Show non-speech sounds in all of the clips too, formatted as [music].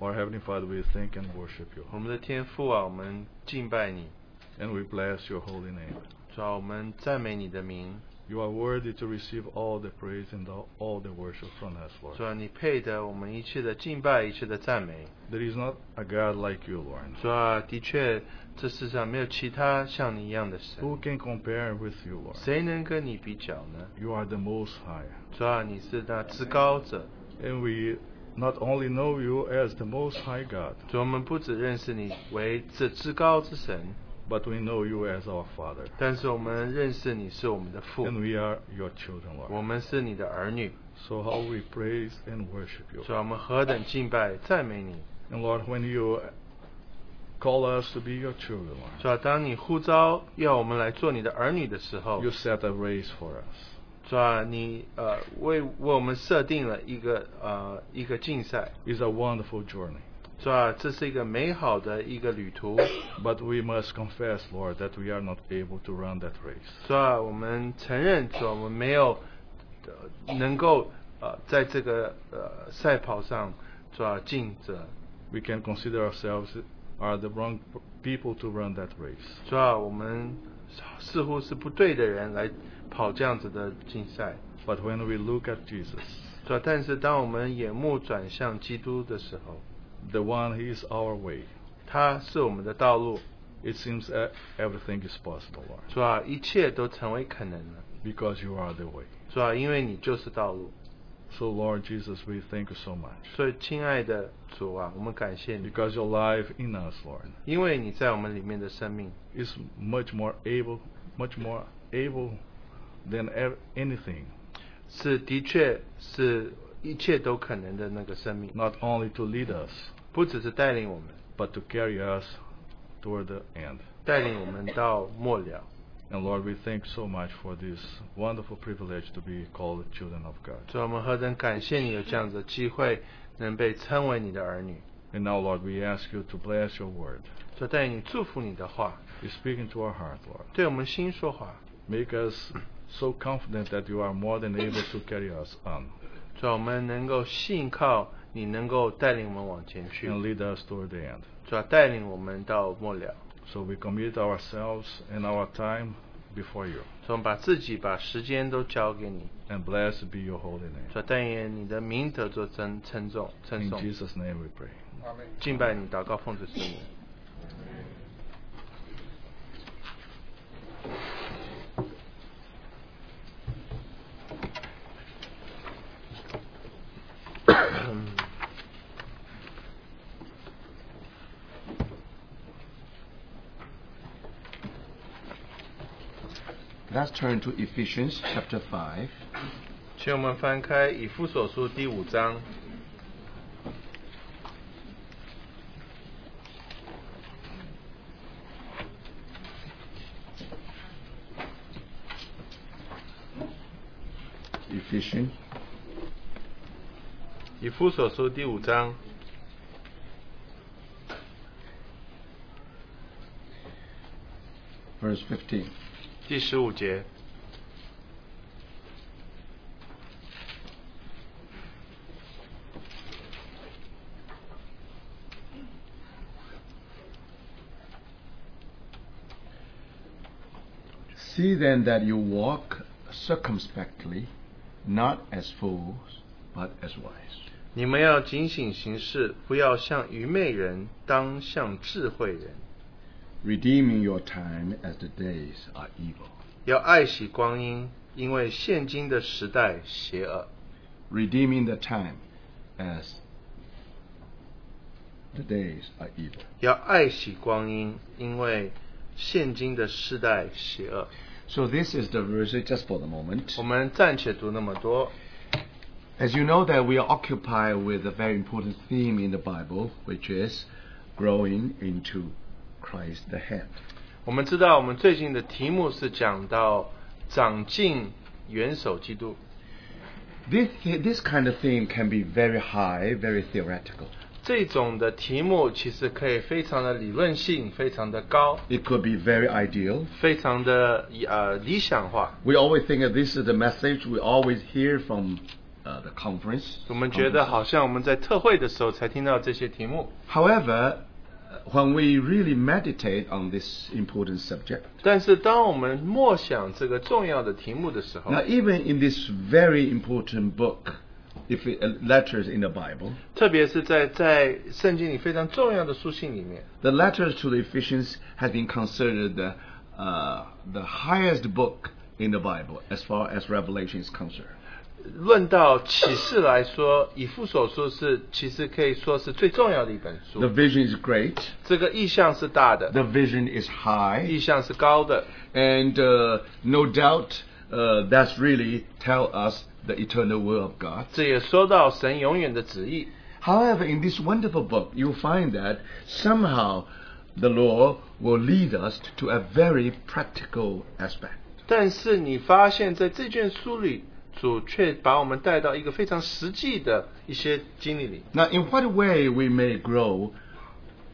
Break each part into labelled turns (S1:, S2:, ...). S1: Our Heavenly Father, we thank and worship you,
S2: 我们的天父啊，我们敬拜你，
S1: and we bless your holy name.
S2: 主啊，我们赞美你的名，
S1: You are worthy to receive all the praise and all- all the worship from us,
S2: 主
S1: Lord.
S2: 啊，你配得我们一切的敬拜，一切的赞美。
S1: There is not a God like you, Lord.
S2: 主啊，的确，这世上没有其他像你一样的神，
S1: Who can compare with you, Lord?
S2: 谁能跟你比较呢？
S1: You are the Most High.
S2: 主啊，你是那至高者。
S1: And we not only know you as the Most High God,
S2: 主，我们不只认识你为这至高之神，
S1: but we know you as our Father.
S2: 但是我们认识你是我们的父，
S1: And we are your children,
S2: 我
S1: Lord.
S2: 们是你的儿女。
S1: So how we praise and worship you.
S2: 主啊，我们何等敬拜赞美你！
S1: And Lord, when you call us to be your children,
S2: 主啊，当你呼召要我们来做你的儿女的时候
S1: Lord, you，set a race for us.
S2: 主啊，你呃为为我们设定了一个呃一个竞赛，
S1: It's a wonderful journey.
S2: 主啊，这是一个美好的一个旅途。
S1: But we must confess, Lord, that we are not able to run that race.
S2: 主啊，我们承认主啊，我们没有、呃能够呃在这个呃赛跑上主啊尽责。
S1: We can consider ourselves are the wrong p- people to run that race.
S2: 主啊，我们似乎是不对的人来跑这样子的竞赛。
S1: But when we look at Jesus,
S2: 主啊，但是当我们眼目转向基督的时候，
S1: the one he is our way,
S2: 他是我们的道路。
S1: it seems uh, everything is possible, Lord,
S2: 主啊，一切都成为可能了。
S1: because you are the way.
S2: 主啊，因为你就是道路。
S1: So, Lord Jesus, we thank you so much
S2: 所以，亲爱的主啊，我们感谢你，
S1: because your life in us, Lord,
S2: 因为你在我们里面的生命，
S1: is much more able, much more able than ev- anything,
S2: 是的确是一切都可能的那个生命，
S1: not only to lead us,
S2: 不只是带领我们，
S1: but to carry us toward the end.
S2: 带领我们到末了。
S1: And Lord, we thank so much for this wonderful privilege to be called children of God.
S2: 主啊，我们何等感谢你有这样子的机会，能被称为你的儿女。
S1: And now, Lord, we ask you to bless your word.
S2: 主带领你祝福你的话，
S1: You speak into our heart, Lord.
S2: 对我们心说话。
S1: Make us so confident that you are more than able to carry us on
S2: 主啊，我们能够信靠你，能够带领我们往前去。
S1: and lead us toward the end.
S2: 主啊，带领我们到末了。
S1: So we commit ourselves and our time before you.
S2: 主啊，我们把自己、把时间都交给你。
S1: And blessed be your holy name.
S2: 主啊，但愿你的名得做称称颂、称
S1: In
S2: 颂。
S1: Jesus' name we pray.
S2: 敬拜你，祷告奉主之名。
S3: Let's turn to Ephesians chapter 5.
S2: 请我们翻开以夫所书第五章。
S3: Ephesians
S2: 以夫所书第五章，
S3: verse 15.
S2: 第十五节。
S3: See then that you walk circumspectly, not as fools, but as wise.
S2: 你们要警醒行事，不要像愚昧人，当像智慧人。
S3: Redeeming your time as the days are evil.
S2: 要爱惜光阴，因为现今的时代邪恶。
S3: Redeeming the time as the days are evil.
S2: 要爱惜光阴，因为现今的世代邪恶。
S3: So this is the verse just for the moment.
S2: 我们暂且读那么多。
S3: As you know that we are occupied with a very important theme in the Bible, which is growing into Christ the head.
S2: 我们知道，我们最近的题目是讲到长进元首基督。
S3: This, this kind of theme can be very high, very theoretical.
S2: 这种的题目其实可以非常的理论性，非常的高，
S3: It could be very ideal.
S2: 非常的呃理想化。
S3: We always think that this is the message we always hear from uh, the conference.
S2: 我们觉得好像我们在特会的时候才听到这些题目，
S3: However, when we really meditate on this important subject,
S2: 但是当我们默想这个重要的题目的时候，
S3: now even in this very important book, if it, uh, letters in the Bible,
S2: 特别是在在圣经里非常重要的书信里面，
S3: the letters to the Ephesians has been considered the, uh, the highest book in the Bible as far as Revelation is concerned.
S2: 论到启示来说，以父所书是其实可以说是最重要的一本
S3: The
S2: 书。
S3: vision is great.
S2: 这个意向是大的，
S3: The vision is
S2: 意
S3: high,
S2: 向是高的，
S3: and uh, no doubt uh, that's really tell us the eternal will of God.
S2: 这也说到神永远的旨意。
S3: However, in this wonderful book, you'll find that somehow the law will lead us to a very practical aspect.
S2: 但是你发现，在这卷书里，主却把我们带到一个非常实际的一些经历里。
S3: Now, in what way we may grow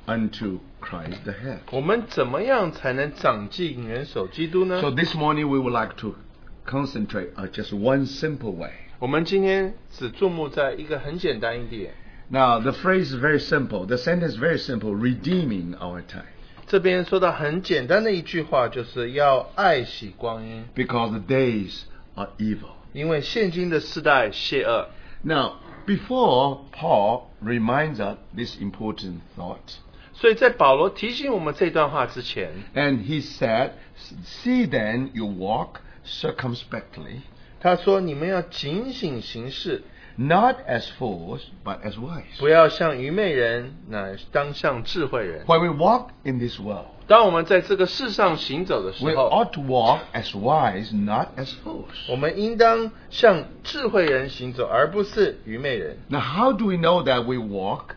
S3: unto Christ the head?
S2: 我们怎么样才能长进元首基督呢
S3: So？this morning we would like to concentrate on just one simple way.
S2: 我们今天只注目在一个很简单一点，
S3: Now, the phrase is very simple. The sentence is very simple. Redeeming our time.
S2: 这边说到很简单的一句话，就是要爱惜光阴，
S3: because the days are evil.
S2: 因为现今的世代邪恶。
S3: Now, before Paul reminds us this important thought,
S2: 所以在保罗提醒我们这段话之前，
S3: and he said, See then you walk circumspectly,
S2: 他说：“你们要警醒行事，
S3: not as fools, but as wise.
S2: 不要像愚昧人，乃当像智慧人。
S3: When we walk in this world, ”
S2: 当我们在这个世上行走的
S3: we
S2: 时候，
S3: ought to walk as wise, not as fools.
S2: 我们应当像智慧人行走，而不是愚昧人。
S3: Now, how do we know that we walk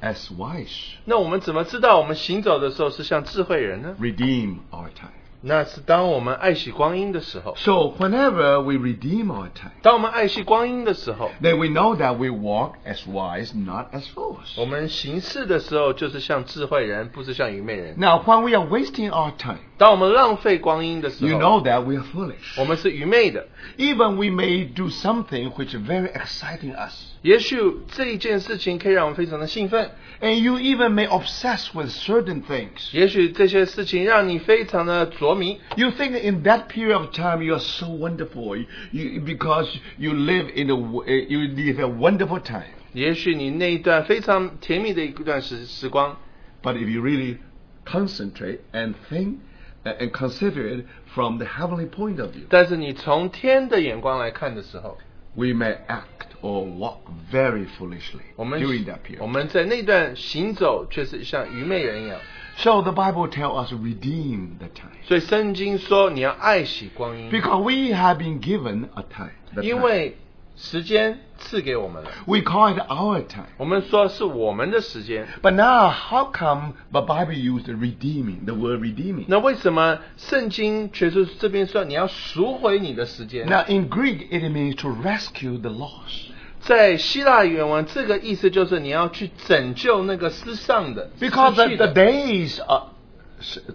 S3: as wise?
S2: 那我们怎么知道我们行走的时候是像智慧人呢？
S3: Redeem our time.
S2: 那是当我们爱惜光阴的时候。
S3: So, whenever we redeem our time,
S2: 当我们爱惜光阴的时候，
S3: then we know that we walk as wise, not as fools.
S2: 我们行事的时候就是像智慧人，不是像愚昧人。
S3: Now, when we are wasting our time,
S2: 当我们浪费光阴的时
S3: you
S2: 候，
S3: know that we are foolish.
S2: 我们是愚昧的。
S3: Even we may do something which is very exciting us,
S2: 也许这一件事情可以让我们非常的兴奋，
S3: and you even may obsess with certain things.
S2: 也许这些事情让你非常的着迷。
S3: You think in that period of time you are so wonderful you, you- because you live in a w- eh, you live a wonderful time.
S2: 也许你那一段非常甜蜜的一段时时光，
S3: But if you really concentrate and think eh, and consider it from the heavenly point of view,
S2: 但是你从天的眼光来看的时候，
S3: we may act or walk very foolishly
S2: 我们
S3: during that period.
S2: 我们在那段行走却是像愚昧人一样。
S3: So the Bible tells us redeem the time.
S2: 所以圣经说你要爱惜光阴，
S3: Because we have been given a time. the
S2: 因
S3: time.
S2: 为时间赐给我们了。
S3: We call it our time.
S2: 我们说是我们的时间，
S3: But now, how come the Bible used the redeeming, the word redeeming?
S2: 那为什么圣经却是这边说你要赎回你的时间？
S3: Now, in Greek, it means to rescue the lost.
S2: 在希腊原文，这个意思就是你要去拯救那个失丧的、失
S3: Because the,
S2: 去
S3: the
S2: 的，
S3: days are,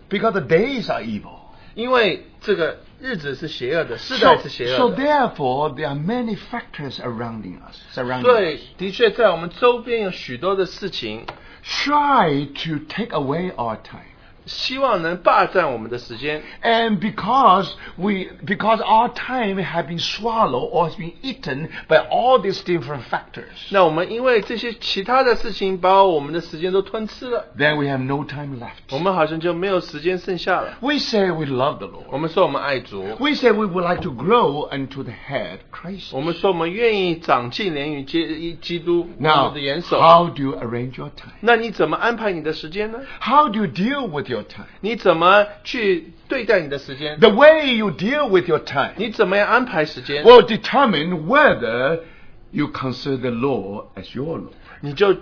S3: because the days are evil.
S2: 因为这个日子是邪恶的，世代
S3: So,
S2: 是邪
S3: so
S2: 恶的。
S3: therefore, there are many factors surrounding us. Surrounding
S2: 所
S3: us.
S2: 以，的确在我们周边有许多的事情，
S3: Try to take away our time.
S2: 希望能霸占我们的时间。
S3: And because we, because our time has been swallowed or has been eaten by all these different factors,
S2: 那我们因为这些其他的事情，把我们的时间都吞吃了，
S3: then we have no time left.
S2: 我们好像就没有时间剩下了。
S3: We say we love the
S2: 我
S3: Lord.
S2: 们说我们爱主，
S3: We say we would like to grow unto the head, Christ.
S2: 我们说我们愿意长进连于基基督我
S3: Now,
S2: 们的元首。
S3: how do you arrange your time?
S2: 那你怎么安排你的时间呢？
S3: How do you deal with your time?
S2: 你怎么去对待你的时间？
S3: The way you deal with your time
S2: 你怎么样安排时间？
S3: will determine whether you consider the law as your law.
S2: 你就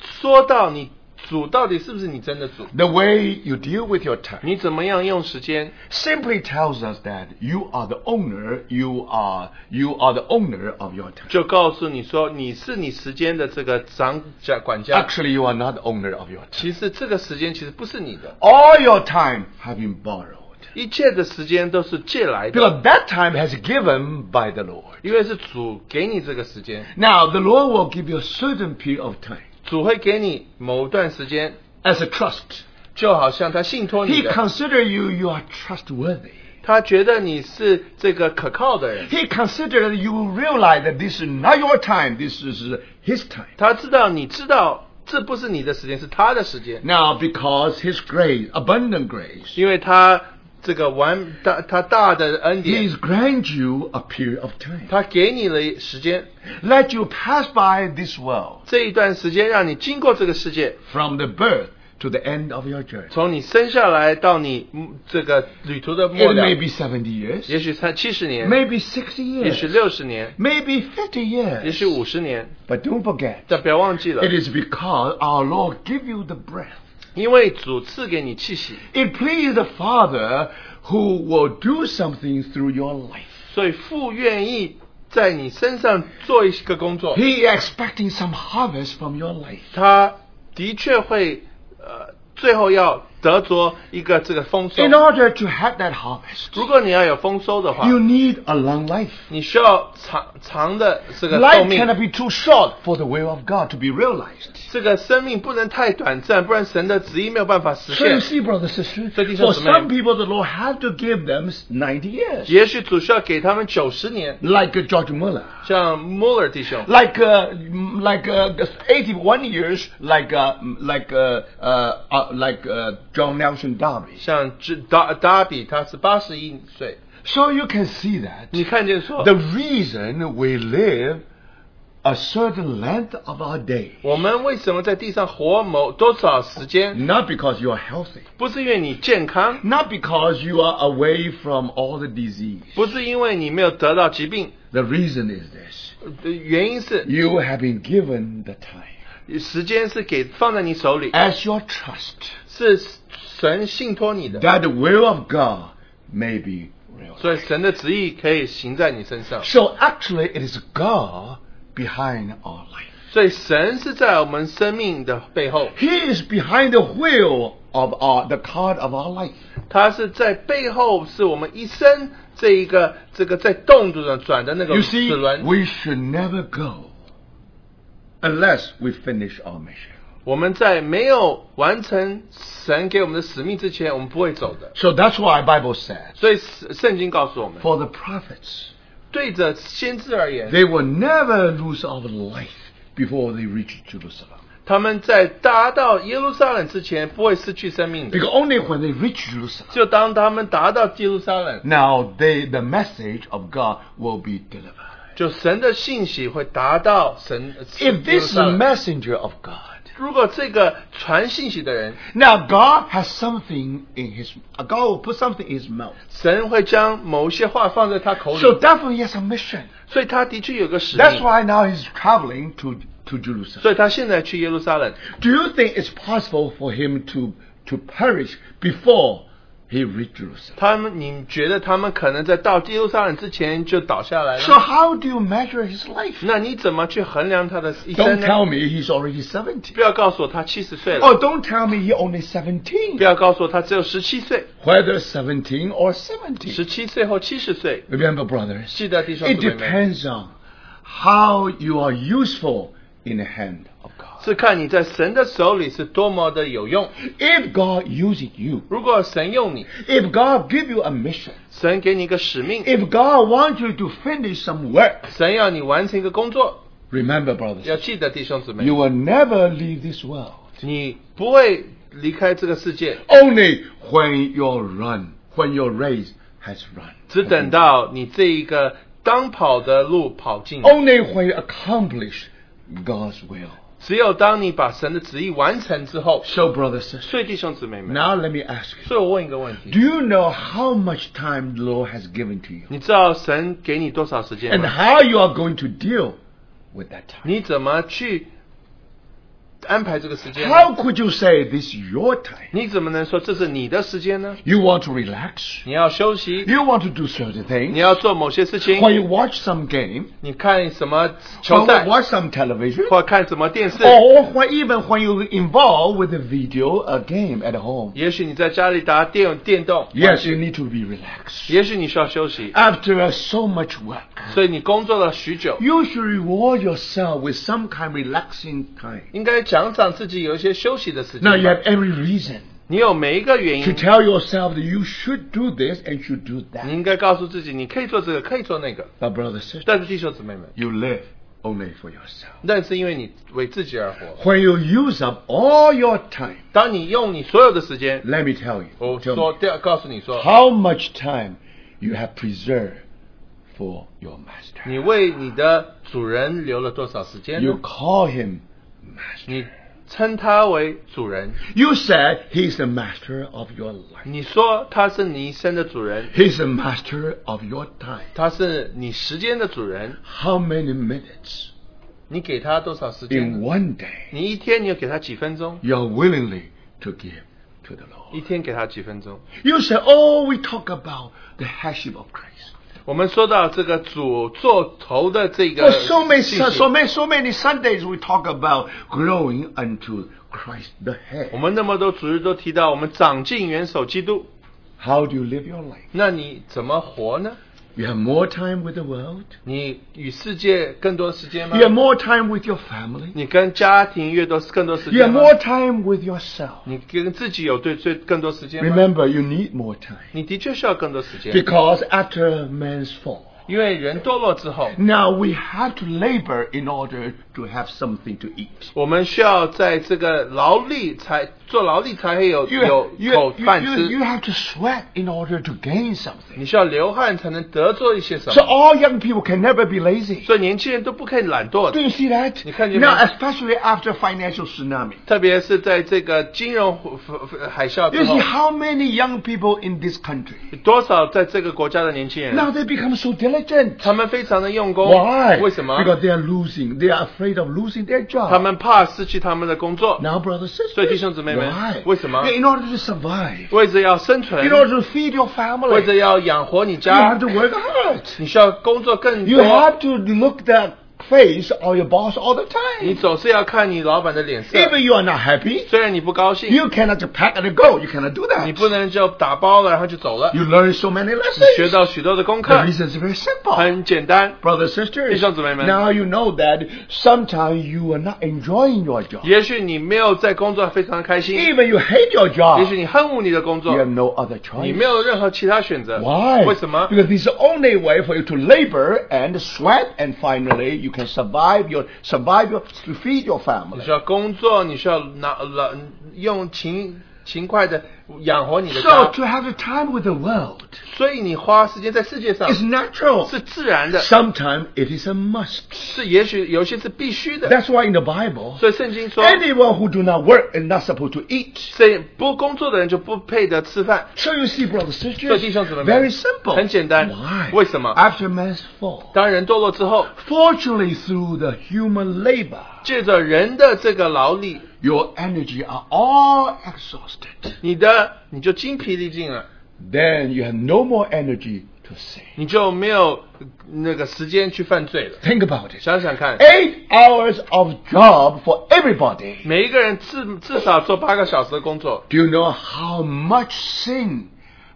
S2: 说到你主到底是不是你真的主？
S3: The way you deal with your time
S2: 你怎么样用时间？
S3: simply tells us that you are the owner, you are you are the owner of your time.
S2: 就告诉你说你是你时间的这个掌家管家。
S3: Actually, you are not the owner of your time.
S2: 其实这个时间其实不是你的，
S3: All your time have been borrowed.
S2: 一切的时间都是借来的，
S3: Because that time has given by the Lord.
S2: 因为是主给你这个时间，
S3: Now, the Lord will give you a certain period of time
S2: 主会给你某段时间，
S3: as a trust.
S2: 就好像他信托你
S3: He
S2: 的，
S3: consider you, you are trustworthy.
S2: 他觉得你是这个可靠的人，
S3: He consider that you will realize that this is not your time, this is His time.
S2: 他知道你知道这不是你的时间，是他的时间，
S3: Now, because His grace, abundant grace,
S2: 因为他这个完大他大的恩
S3: He
S2: 典
S3: is，grant you a period of time.
S2: 他给你了时间，
S3: Let you pass by this world
S2: 这一段时间让你经过这个世界，
S3: from the birth to the end of your journey.
S2: 从你生下来到你嗯这个旅途的末
S3: It
S2: 了
S3: may，be 70 years,
S2: 也许三七十年，
S3: maybe 60
S2: 也许
S3: years,
S2: 六十年，
S3: maybe 50
S2: 也
S3: years.
S2: 许五十年，
S3: But don't forget,
S2: 但不要忘记了
S3: it，is because our Lord give you the breath.
S2: 因为主赐给你气息，
S3: It pleased the Father who will do something through your life.
S2: 所以父愿意在你身上做一个工作，
S3: He is expecting some harvest from your life.
S2: 他的确会呃，最后要得着一个这个丰收。
S3: In order to have that harvest,
S2: 如果你要有丰收的话，
S3: you need a long life.
S2: 你需要长长的这个寿
S3: Life
S2: 命，
S3: cannot be too short for the will of God to be realized.
S2: 这个生命不能太短暂，不然神的旨意没有办法实
S3: So
S2: 现。
S3: you see, brothers and sisters,
S2: 所以弟兄姊妹
S3: for some people, the Lord had to give them 90 years.
S2: 也许主需要给他们九十年，
S3: Like uh, George Muller.
S2: 像 Muller 弟兄，
S3: Like, uh, like uh, 81 years, like, uh, like, uh, uh, uh, like uh, John Nelson Darby.
S2: 像这达达比，他是八十一岁。
S3: So you can see that
S2: 你看见说，
S3: 嗯 the reason we live a certain length of our day,
S2: 我们为什么在地上活某多少时间？
S3: not because you are healthy,
S2: 不是因为你健康，
S3: not because you are away from all the disease.
S2: 不是因为你没有得到疾病，
S3: The reason is this:
S2: 呃原因是
S3: you have been given the time.
S2: 时间是给放在你手里，
S3: as your trust
S2: 是神信托你的，
S3: that the will of God may be real.
S2: 所以神的旨意可以行在你身上。
S3: So actually, it is God behind our life.
S2: 所以神是在我们生命的背后，
S3: He is behind the wheel of our, the card of our life.
S2: 他是在背后，是我们一生这一个这个在动着转的那个
S3: You
S2: 齿
S3: see,
S2: 轮。
S3: we should never go unless we finish our mission.
S2: 我们在没有完成神给我们的使命之前，我们不会走的。
S3: So that's why Bible says,
S2: 所以圣圣经告诉我们，
S3: for the prophets,
S2: 对着先知而言，
S3: they will never lose our life before they reach Jerusalem.
S2: 他们在达到耶路撒冷之前不会失去生命的。
S3: Because only when they reach Jerusalem,
S2: 就当他们达到耶路撒冷，
S3: now they, the message of God will be delivered.
S2: 就神的信息会达到神。
S3: If
S2: 耶路
S3: this
S2: 撒冷
S3: messenger of God,
S2: 如果这个传信息的人，
S3: now God has something in his, God will put something in his mouth.
S2: 神会将某些话放在他口
S3: So
S2: 里，
S3: definitely he has a mission.
S2: 所以他的确有个使
S3: That's
S2: 命。
S3: why now he's traveling to, to
S2: 所
S3: Jerusalem.
S2: 以他现在去耶路撒冷，
S3: Do you think it's possible for him to, to perish before he reached Jerusalem?
S2: 他们你觉得他们可能在到耶路撒冷之前就倒下来
S3: So
S2: 了？
S3: how do you measure his life?
S2: 那你怎么去衡量他的一生
S3: Don't
S2: 呢？
S3: tell me he's already 70.
S2: 不要告诉我他七十岁了，
S3: Or don't tell me he only 17.
S2: 不要告诉我他只有十七岁，
S3: Whether 17 or
S2: 十
S3: 70.
S2: 七岁或七十岁。
S3: Remember, brothers,
S2: 记得弟兄
S3: It
S2: 姊妹们，
S3: depends on how you are useful in the hand of God.
S2: 是看你在神的手里是多么的有用。
S3: If God uses you,
S2: 如果神用你，
S3: if God give you a mission,
S2: 神给你一个使命，
S3: if God wants you to finish some work,
S2: 神要你完成一个工作，
S3: remember, brothers,
S2: 要记得弟兄姊妹
S3: you，will never leave this world.
S2: 你不会离开这个世界，
S3: Only when your run, when your race has run.
S2: 只等到你这一个当跑的路跑尽。
S3: Only when you accomplish God's will.
S2: 只有当你把神的旨意完成之后，
S3: So, brothers, sisters,
S2: 所以弟兄姊妹们，
S3: now let me ask you:
S2: 所以我问一个问
S3: Do
S2: 题：
S3: you know how much time the Lord has given to you?
S2: 你知道神给你多少时间
S3: and
S2: 吗？
S3: how you are going to deal with that time.
S2: 你怎么去安排这个时间呢？
S3: How could you say this is your time?
S2: 你怎么能说这是你的时间呢？
S3: You want to relax.
S2: 你要休息，
S3: You want to do certain
S2: 你
S3: things.
S2: 要做某些事情，
S3: Or you watch some game.
S2: 你看什么球
S3: Or
S2: 赛，
S3: watch some television.
S2: 或看什么电视，
S3: Or when, even when you involved with a video a game at home.
S2: 也许你在家里打电电动，
S3: Yes, you need to be relaxed.
S2: 也许你需要休息，
S3: After uh, so much work,
S2: 所以你工作了许久，
S3: you should reward yourself with some kind of relaxing time.
S2: 应该奖赏自己有一些休息的时
S3: Now
S2: 间
S3: you
S2: 吧。
S3: have every reason
S2: 你有每一个原
S3: to
S2: 因，
S3: tell yourself that you should do this and should do
S2: 你
S3: that.
S2: 应该告诉自己，你可以做这个，可以做那个。
S3: But brother, sister,
S2: 但是弟兄姊妹们，
S3: you live only for yourself.
S2: 那是因为你为自己而活。
S3: When you use up all your time,
S2: 当你用你所有的时间，
S3: let me tell you,
S2: 我
S3: tell
S2: 说
S3: me,
S2: 第二告诉你说，
S3: how much time you have preserved for your master.
S2: 你为你的主人留了多少时间
S3: You
S2: 呢？
S3: call him master.
S2: 你称他为主人，
S3: You said he's the master of your life.
S2: 你说他是你一生的主人，
S3: He's the master of your time.
S2: 他是你时间的主人，
S3: How many minutes
S2: 你给他多少时
S3: in
S2: 间？
S3: one day
S2: 你一天你要给他几分钟？
S3: you're willingly to give to the
S2: 一
S3: Lord?
S2: 天给他几分钟？
S3: You say, oh, we talk about the headship of Christ.
S2: 我们说到这个主做头的这个
S3: For so many,
S2: 信
S3: so
S2: 息
S3: many, so many Sundays we talk about growing unto Christ the
S2: 我
S3: head.
S2: 们那么多主日都提到我们长进元首基督，
S3: How do you live your life?
S2: 那你怎么活呢？
S3: You have more time with the world.
S2: 你与世界更多时间吗
S3: You？have more time with your family.
S2: 你跟家庭越多更多时
S3: You
S2: 间
S3: have
S2: 吗？
S3: more time with yourself.
S2: 你跟自己有对最更多时间吗？
S3: Remember, you need more time.
S2: 你的确需要更多时间，
S3: Because after man's fall,
S2: 因为人堕落之后，
S3: now we have to labor in order to have something to eat.
S2: 我们需要在这个劳力才做劳力才会有
S3: You,
S2: 有
S3: you,
S2: 口
S3: you,
S2: 饭
S3: you- you
S2: 吃，
S3: have to sweat in order to gain something.
S2: 你需要流汗才能得做一些什
S3: So
S2: 么。
S3: all young people can never be lazy.
S2: 所以年轻人都不可以懒惰
S3: Do
S2: 的，
S3: you see that?
S2: 你看见没？
S3: Now, especially after financial tsunami.
S2: 特别是在这个金融海啸
S3: You
S2: 之
S3: see
S2: 后，
S3: how many young people in this country
S2: 多少在这个国家的年轻人，
S3: now they become so diligent.
S2: 他们非常的用功。
S3: Why?
S2: 为什么？
S3: Because they are losing. They are afraid of losing their
S2: 他
S3: job.
S2: 们怕失去他们的工作，
S3: Now, brothers and
S2: 所以弟兄姊妹们，
S3: why?
S2: 为什么？
S3: In order to survive.
S2: 为着要生存
S3: In，order to feed your
S2: 为
S3: family.
S2: 着要养活你
S3: You
S2: 家
S3: have，to work hard.
S2: 你需要工作更
S3: You
S2: 多。
S3: have to look the face of your boss all the
S2: 你
S3: time.
S2: 总是要看你老板的脸色，
S3: Even you are not happy,
S2: 虽然你不高兴，
S3: you cannot just pack and go. You cannot do
S2: 你不
S3: that.
S2: 能就打包了然后就走了。
S3: You learn so many
S2: 你学
S3: lessons.
S2: 到许多的功
S3: The
S2: 课，
S3: reason is very simple.
S2: 很简单。
S3: Brothers, sisters,
S2: 弟兄姊妹们。
S3: now you know that sometimes you are not enjoying your job.
S2: 也许你没有在工作非常开心，
S3: Even you hate your
S2: 也
S3: job,
S2: 许你恨恶你的工
S3: you
S2: 作，
S3: have no other
S2: 你
S3: choice.
S2: 没有任何其他选择。
S3: 哎 Why?
S2: 为什么？
S3: Because this is the only way for you to labor and sweat, and finally you can survive your survive your to feed your
S2: 你
S3: family.
S2: 需要工作，你需要拿拿用勤勤快的养活你的
S3: So
S2: 家，
S3: to have the time with the world
S2: 所以你花时间在世界上
S3: is natural.
S2: 是自然的，
S3: Sometimes it is a must.
S2: 是也许有些是必须的。
S3: That's why in the Bible,
S2: 所以圣经说，
S3: anyone who do not work is not supposed to eat.
S2: 这不工作的人就不配得吃饭。
S3: So you see, brothers sisters,
S2: 所以弟兄姊妹们，
S3: very simple.
S2: 很简单。
S3: Why?
S2: 为什么？
S3: After man's fall,
S2: 当人堕落之后，
S3: fortunately through the human labor,
S2: 借着人的这个劳力，
S3: your energy are all exhausted.
S2: 你的你就精疲力尽了，
S3: Then you have no more energy to sin.
S2: 你就没有那个时间去犯罪了。
S3: Think about it.
S2: 想想看，
S3: Eight hours of job for everybody.
S2: 每一个人至至少做八个小时的工作，
S3: Do you know how much sin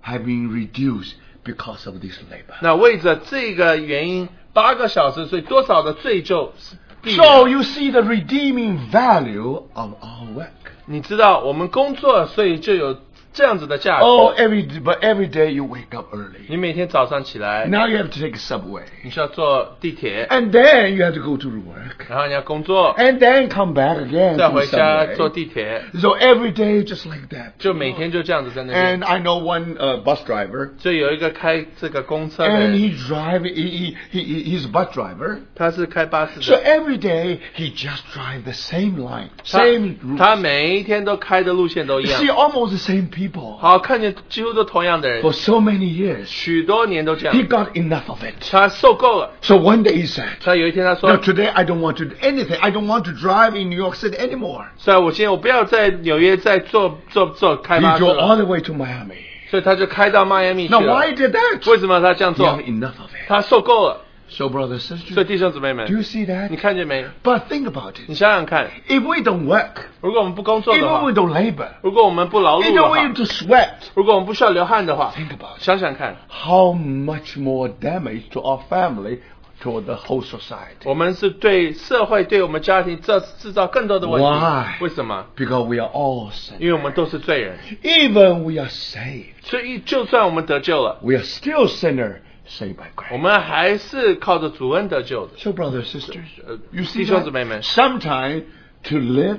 S3: have been reduced because of this labor?
S2: 那为着这个原因，八个小时，所以多少的罪就是避免
S3: So you see the redeeming value of our work.
S2: 你知道，我们工作，所以就有这样子的价值。
S3: Oh, every but every day you wake up
S2: 你
S3: early.
S2: 每天早上起来，
S3: Now you have to take a subway,
S2: 你需要坐地铁，
S3: and then you have to go to work,
S2: 然后你要工作，
S3: and then come back again.
S2: 再
S3: to
S2: 回家坐
S3: subway.
S2: 地铁，
S3: So every day just like that.
S2: 就每天就这样子在那边。
S3: And I know one uh, bus driver,
S2: 所以有一个开这个公车的
S3: and
S2: 人，
S3: he drive. He, he, he he's a bus driver.
S2: 他是开巴士
S3: So
S2: 的，
S3: every day he just drive the same line, same
S2: 他
S3: route.
S2: 每一天都开的路线都一
S3: You
S2: 样
S3: see，almost the same people
S2: 好，看见几乎都同样的人，
S3: for so many years.
S2: 许多年都这
S3: He
S2: 样，
S3: got enough of it.
S2: 他受够了。
S3: So one day he said,
S2: 他有一天他说
S3: No, today I don't want to do anything. I don't want to drive in New York City anymore.
S2: 所以我今天我不要在纽约再做做做开
S3: He
S2: 发车
S3: drove all
S2: 了，
S3: the way to Miami.
S2: 所以他就开到迈阿密去
S3: Now, why
S2: 了。
S3: he did that?
S2: 为什么他这样
S3: He
S2: 做
S3: had？enough of it.
S2: 他受够了。
S3: So, brothers
S2: 所以
S3: sisters,
S2: 弟兄姊妹
S3: do
S2: 们，
S3: you see
S2: 你
S3: that?
S2: 看见没？
S3: But think about
S2: 你
S3: it.
S2: 想想看，
S3: If we don't work,
S2: 如果我们不工作的
S3: even
S2: 话
S3: if，we don't labor,
S2: 如果我们不劳碌
S3: even
S2: 的
S3: if we
S2: 话
S3: have，to sweat,
S2: 如果我们不需要流汗的话，
S3: think about it.
S2: 想想看，
S3: How much more damage to our family, to the whole society?
S2: 我们是对社会、对我们家庭这制造更多的问
S3: Why？
S2: 题。为什么？
S3: Because we are all
S2: 因
S3: sinners.
S2: 为我们都是罪人，
S3: Even we are saved,
S2: 所以就算我们得救了，
S3: we are still sinners saved by
S2: 我
S3: grace.
S2: 们还是靠着主恩得救的。
S3: So, brothers sisters,
S2: 呃
S3: you see
S2: 弟兄姊妹
S3: that
S2: 们，
S3: sometime to live,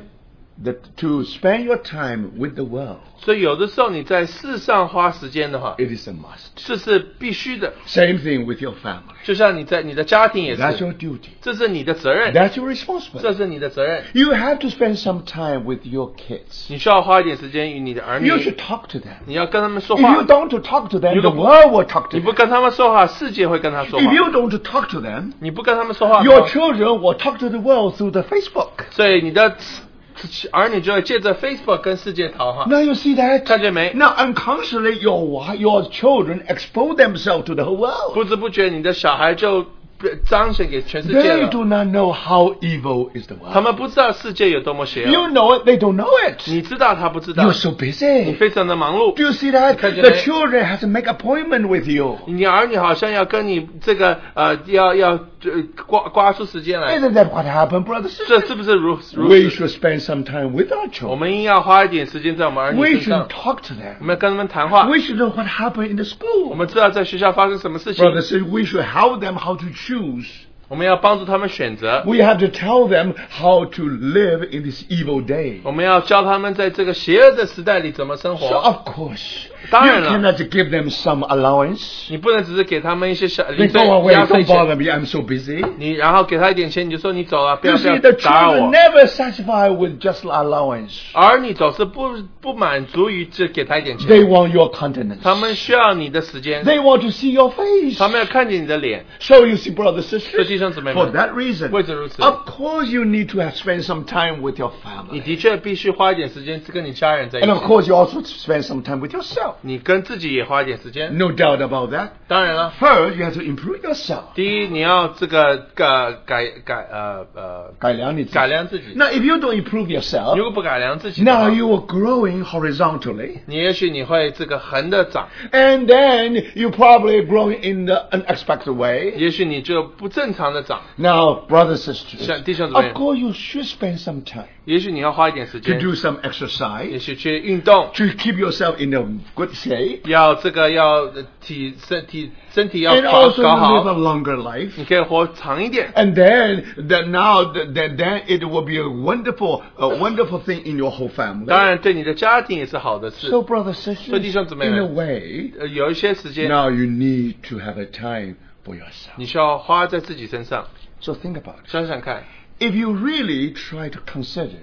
S3: that to spend your time with the world,
S2: 所以有的时候你在世上花时间的话，
S3: it is a must.
S2: 这是必须的。
S3: Same thing with your family.
S2: 就像你在你的家庭也
S3: That's
S2: 是，
S3: your duty.
S2: 这是你的责任，
S3: That's your
S2: 这
S3: responsibility.
S2: 是你的责任。
S3: You have to spend some time with your kids.
S2: 你需要花一点时间与你的儿女，
S3: You should talk to them.
S2: 你要跟他们说
S3: If
S2: 话
S3: you。don't to talk to them,
S2: You
S3: the
S2: don't-
S3: world will talk to
S2: 你不
S3: them.
S2: 跟他们说话，世界会跟他说话
S3: If。you don't to talk to them,
S2: 你不跟他们说话，
S3: your children will talk to the world through the Facebook.
S2: 所以你的儿女就会借着 Facebook 跟世界讨好。
S3: Now you see that?
S2: 看见没？
S3: Now unconsciously your wi- your children expose themselves to the whole
S2: 不
S3: world.
S2: 知不觉，你的小孩就被彰显给全世界
S3: They
S2: 了。
S3: do not know how evil is the
S2: 他
S3: world.
S2: 们不知道世界有多么邪
S3: You
S2: 恶。
S3: know it, they don't know it.
S2: 你知道他不知道
S3: You're，so
S2: 你
S3: busy.
S2: 非常的忙碌
S3: Do。you see that?
S2: 看见没
S3: The children have to make appointment with you.
S2: 你儿女好像要跟你这个呃，要要呃刮刮出时间来，
S3: Isn't that what happened, brothers?
S2: 这是不是如如
S3: We
S2: 此？
S3: should spend some time with our
S2: 我
S3: children.
S2: 们应要花一点时间在我们儿女
S3: We
S2: 身
S3: should
S2: 上，
S3: talk to
S2: 我
S3: them.
S2: 们要跟他们谈话。
S3: We should know what happened in
S2: 我
S3: the school.
S2: 们知道在学校发生什么事情，
S3: Brothers, we should help them how to choose.
S2: 我们要帮助他们选择，
S3: We have to tell them how to live in this evil day.
S2: 我们要教他们在这个邪恶的时代里怎么生
S3: So
S2: 活。
S3: of course, you
S2: 当然了。
S3: cannot give them some allowance.
S2: 你不能只是给他们一些小
S3: They
S2: 零
S3: go away,
S2: 碎压岁
S3: don't
S2: 钱，
S3: bother me, I'm so busy.
S2: 你然后给他一点钱，你就说你走了，不要
S3: You
S2: 不
S3: see,
S2: 要
S3: the
S2: 打扰我
S3: children。never satisfied with just allowance.
S2: 而你总是不不满足于只给他一点
S3: They
S2: 钱，
S3: want your countenance.
S2: 他们需要你的时间，
S3: They want to see your face.
S2: 他们要看见你的脸。
S3: So you see, brothers,
S2: 所
S3: sisters,
S2: 以弟兄姊妹
S3: for
S2: 们，
S3: that reason,
S2: 为此如此。
S3: of course you need to have spent some time with your
S2: 你
S3: family.
S2: 的确必须花一点时间跟你家人在一
S3: And of
S2: 起，
S3: course you also spend some time with yourself.
S2: 你跟自己也花一点时间。
S3: No doubt about that.
S2: 当然了，
S3: First, you have to improve yourself.
S2: 第一你要这个呃改改呃呃
S3: 改良你自己。
S2: 改良自己。
S3: Now, if you don't improve yourself,
S2: 如果不改良自己的
S3: now
S2: 话，
S3: you are growing horizontally,
S2: 你也许你会这个横的长，
S3: and then you probably growing in the unexpected way.
S2: 也许你就不正常的长。
S3: Now, brothers sisters,
S2: 像弟兄姊妹。
S3: of course you should spend some time
S2: 也许你要花一点时
S3: to
S2: 间，
S3: do some
S2: 也
S3: exercise
S2: 许去运动，
S3: to keep yourself in a good shape,
S2: 要这个要呃体身体身体要
S3: and
S2: 搞
S3: also
S2: 搞
S3: live a
S2: 好，
S3: longer life.
S2: 你可以活长一点。
S3: And then, then now, then, then it will be a wonderful, a wonderful thing in your whole family.
S2: 当然，对你的家庭也是好的事
S3: So,。brothers, sisters,
S2: So弟兄姊妹们。
S3: in a way,
S2: 呃，有一些时间
S3: now you need to have a time for yourself.
S2: 你需要花在自己身上，
S3: So think about it.
S2: 想想看，
S3: If you really try to consider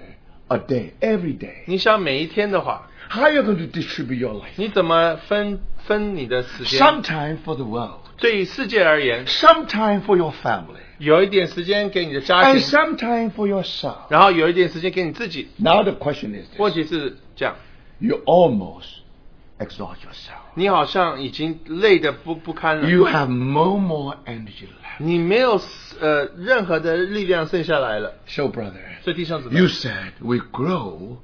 S3: a day, every day,
S2: 你想每一天的话，
S3: how you're going to distribute your life.
S2: 你怎么分分你的时间？
S3: Sometime for the world,
S2: 对于世界而言，
S3: sometime for your family,
S2: 有一点时间给你的家
S3: and
S2: 庭，
S3: sometime for yourself.
S2: 然后有一点时间给你自己。
S3: Now the question is
S2: 问
S3: this.
S2: 题是这样，
S3: You almost exhaust yourself.
S2: 你好像已经累得不不堪了，
S3: You have no more energy left.
S2: 你没有呃任何的力量剩下来了。
S3: So, brother,
S2: 所以弟兄姊妹
S3: you said we grow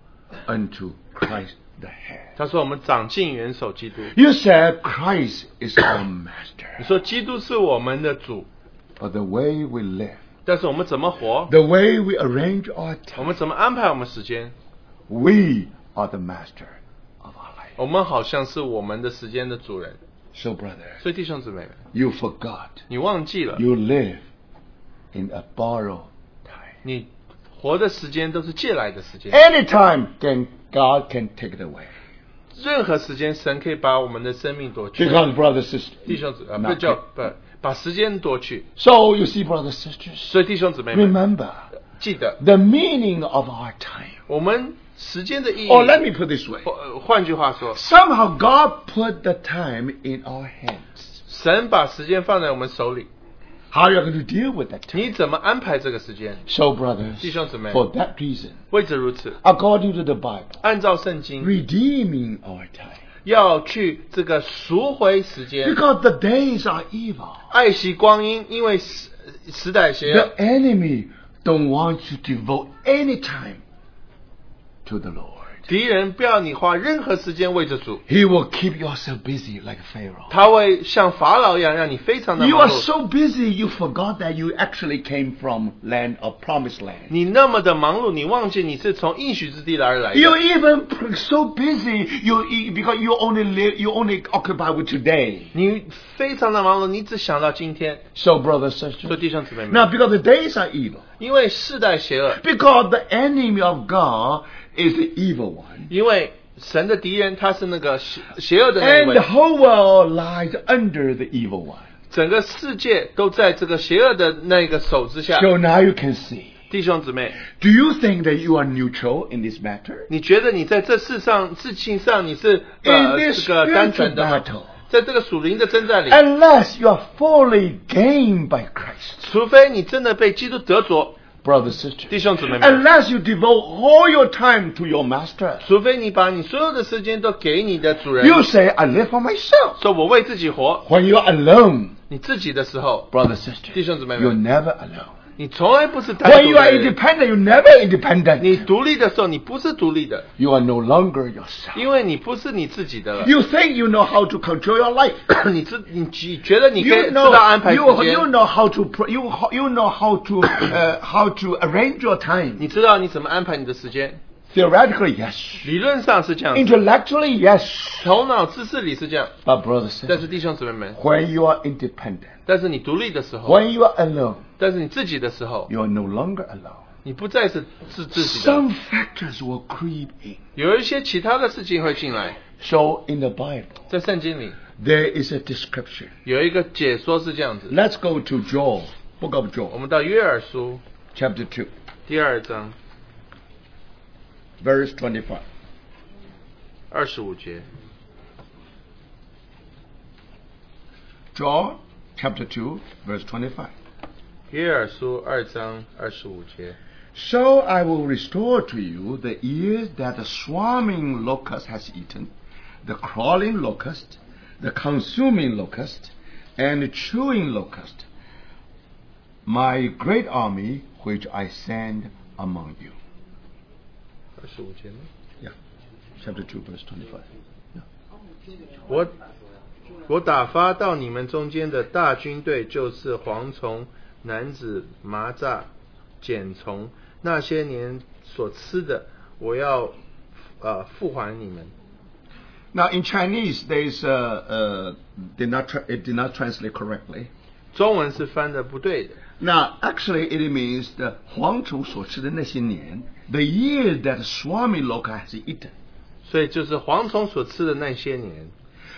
S3: unto Christ the head.
S2: 他说我们长进元首基督。
S3: You said Christ is our
S2: 你
S3: master.
S2: 说基督是我们的主，
S3: But the way we live,
S2: 但是我们怎么活？
S3: the way we arrange our
S2: 我
S3: time,
S2: 们怎么安排我们时间？
S3: we are the master of our life.
S2: 我们好像是我们的时间的主人。
S3: So, brother,
S2: 所以弟兄姊妹们，
S3: you forgot.
S2: 你忘记了，
S3: You live in a borrowed time.
S2: 你活的时间都是借来的时间，
S3: Any time can God can take it away.
S2: 任何时间神可以把我们的生命夺去。
S3: Because, brothers, sisters,
S2: 弟兄姊呃，不
S3: not-
S2: 叫不把时间夺去。
S3: so you see, brothers, sisters,
S2: 所以弟兄姊妹们，
S3: remember
S2: 记得
S3: the meaning of our time.
S2: 我们时间的意义。
S3: Or Oh, let me put this way
S2: 换呃换句话说，
S3: somehow God put the time in our hands.
S2: 神把时间放在我们手里，
S3: How you are going to deal with that time?
S2: 你怎么安排这个时间？
S3: So, brothers,
S2: 弟兄姊妹。
S3: for that reason,
S2: 为此如此，
S3: according to the Bible,
S2: 按照圣经
S3: redeeming our time.
S2: 要去这个赎回时间，
S3: Because the days are evil.
S2: 爱惜光阴，因为时时代邪恶
S3: The，enemy don't want you to devote any time to the Lord.
S2: 敌人不要你花任何时间为着主，
S3: He will keep yourself busy like Pharaoh.
S2: 他会像法老一样让你非常的
S3: You
S2: 忙
S3: are
S2: 碌。
S3: so busy you forgot that you actually came from land of promised land.
S2: 你那么的忙碌，你忘记你是从应许之地而来
S3: You're
S2: 的。
S3: even pr- so busy you e- because you only live you only occupy with today.
S2: 你非常的忙碌，你只想到今天。
S3: So brothers
S2: 所以
S3: sisters.
S2: 弟兄姊妹们，
S3: Now because the days are evil.
S2: 因为世代邪恶，
S3: Because the enemy of God is the evil one.
S2: 因为神的敌人他是那个邪邪恶的那一
S3: And the
S2: 位，
S3: whole world lies under the evil one.
S2: 整个世界都在这个邪恶的那个手之下。
S3: So now you can see.
S2: 弟兄姊妹，
S3: Do you think that you are neutral in this matter?
S2: 你觉得你在这世上事情上你是
S3: In
S2: 呃
S3: this
S2: 这个单纯
S3: spiritual
S2: 的吗？
S3: battle,
S2: 在这个属灵的征战里，
S3: unless you are fully gained by Christ,
S2: 除非你真的被基督得着，
S3: brother, sister,
S2: 弟兄姊妹们，
S3: unless you devote all your time to your master,
S2: 除非你把你所有的时间都给你的主人，
S3: you say, I live for myself.
S2: 说我为自己活，
S3: When you're alone,
S2: 你自己的时候，
S3: brother, sister,
S2: 弟兄姊妹们。
S3: you're never alone.
S2: 你从来不是单独
S3: When you
S2: 的
S3: are
S2: 人
S3: independent, you're never
S2: 你
S3: independent.
S2: 独立的时候，你不是独立的，
S3: You are no longer yourself.
S2: 因为你不是你自己的了。
S3: You think you know how to control your life.
S2: [coughs] 你知你你觉得你可以
S3: You
S2: 知
S3: know,
S2: 道安排时
S3: you,
S2: 间
S3: you，know how to pr- you ho- you know how to uh, how to arrange your
S2: 你
S3: time.
S2: 知道你怎么安排你的时间。
S3: Theoretically, yes.
S2: 理论上是这样子，
S3: Intellectually, yes.
S2: 头脑知识里是这样，
S3: But brother,
S2: 但
S3: sister,
S2: 是弟兄姊妹们，
S3: when you are independent,
S2: 但是你独立的时候，
S3: when you are alone,
S2: 但是你自己的时候，
S3: you are no longer alone.
S2: 你不再是是自己的，
S3: Some factors will creep in.
S2: 有一些其他的事情会进来。
S3: So in the Bible,
S2: 在圣经里
S3: there is a description.
S2: 有一个解说是这样子，
S3: Let's go to Joel, book of
S2: 我
S3: Joel,
S2: 们到约尔书
S3: chapter two,
S2: 第二章
S3: verse twenty-five.
S2: 二十五节，
S3: Joel, chapter two, verse twenty-five.
S2: 约尔书二章二十五节。
S3: So I will restore to you the years that the swarming locust has eaten, the crawling locust, the consuming locust, and the chewing locust, my great army which I send among you.
S2: 二十五节呢？
S3: Chapter 2, verse 25.
S2: 我我打发到你们中间的大军队，就是蝗虫、男子、蚂蚱、茧虫，那些年所吃的，我要呃复还你们。
S3: Now in Chinese, there is uh, uh, did not tra- it did not translate correctly.
S2: 中文是翻的不对的，
S3: Now actually it means the 蝗虫所吃的那些年, the year that swarming locust has eaten.
S2: 所以就是蝗虫所吃的那些年，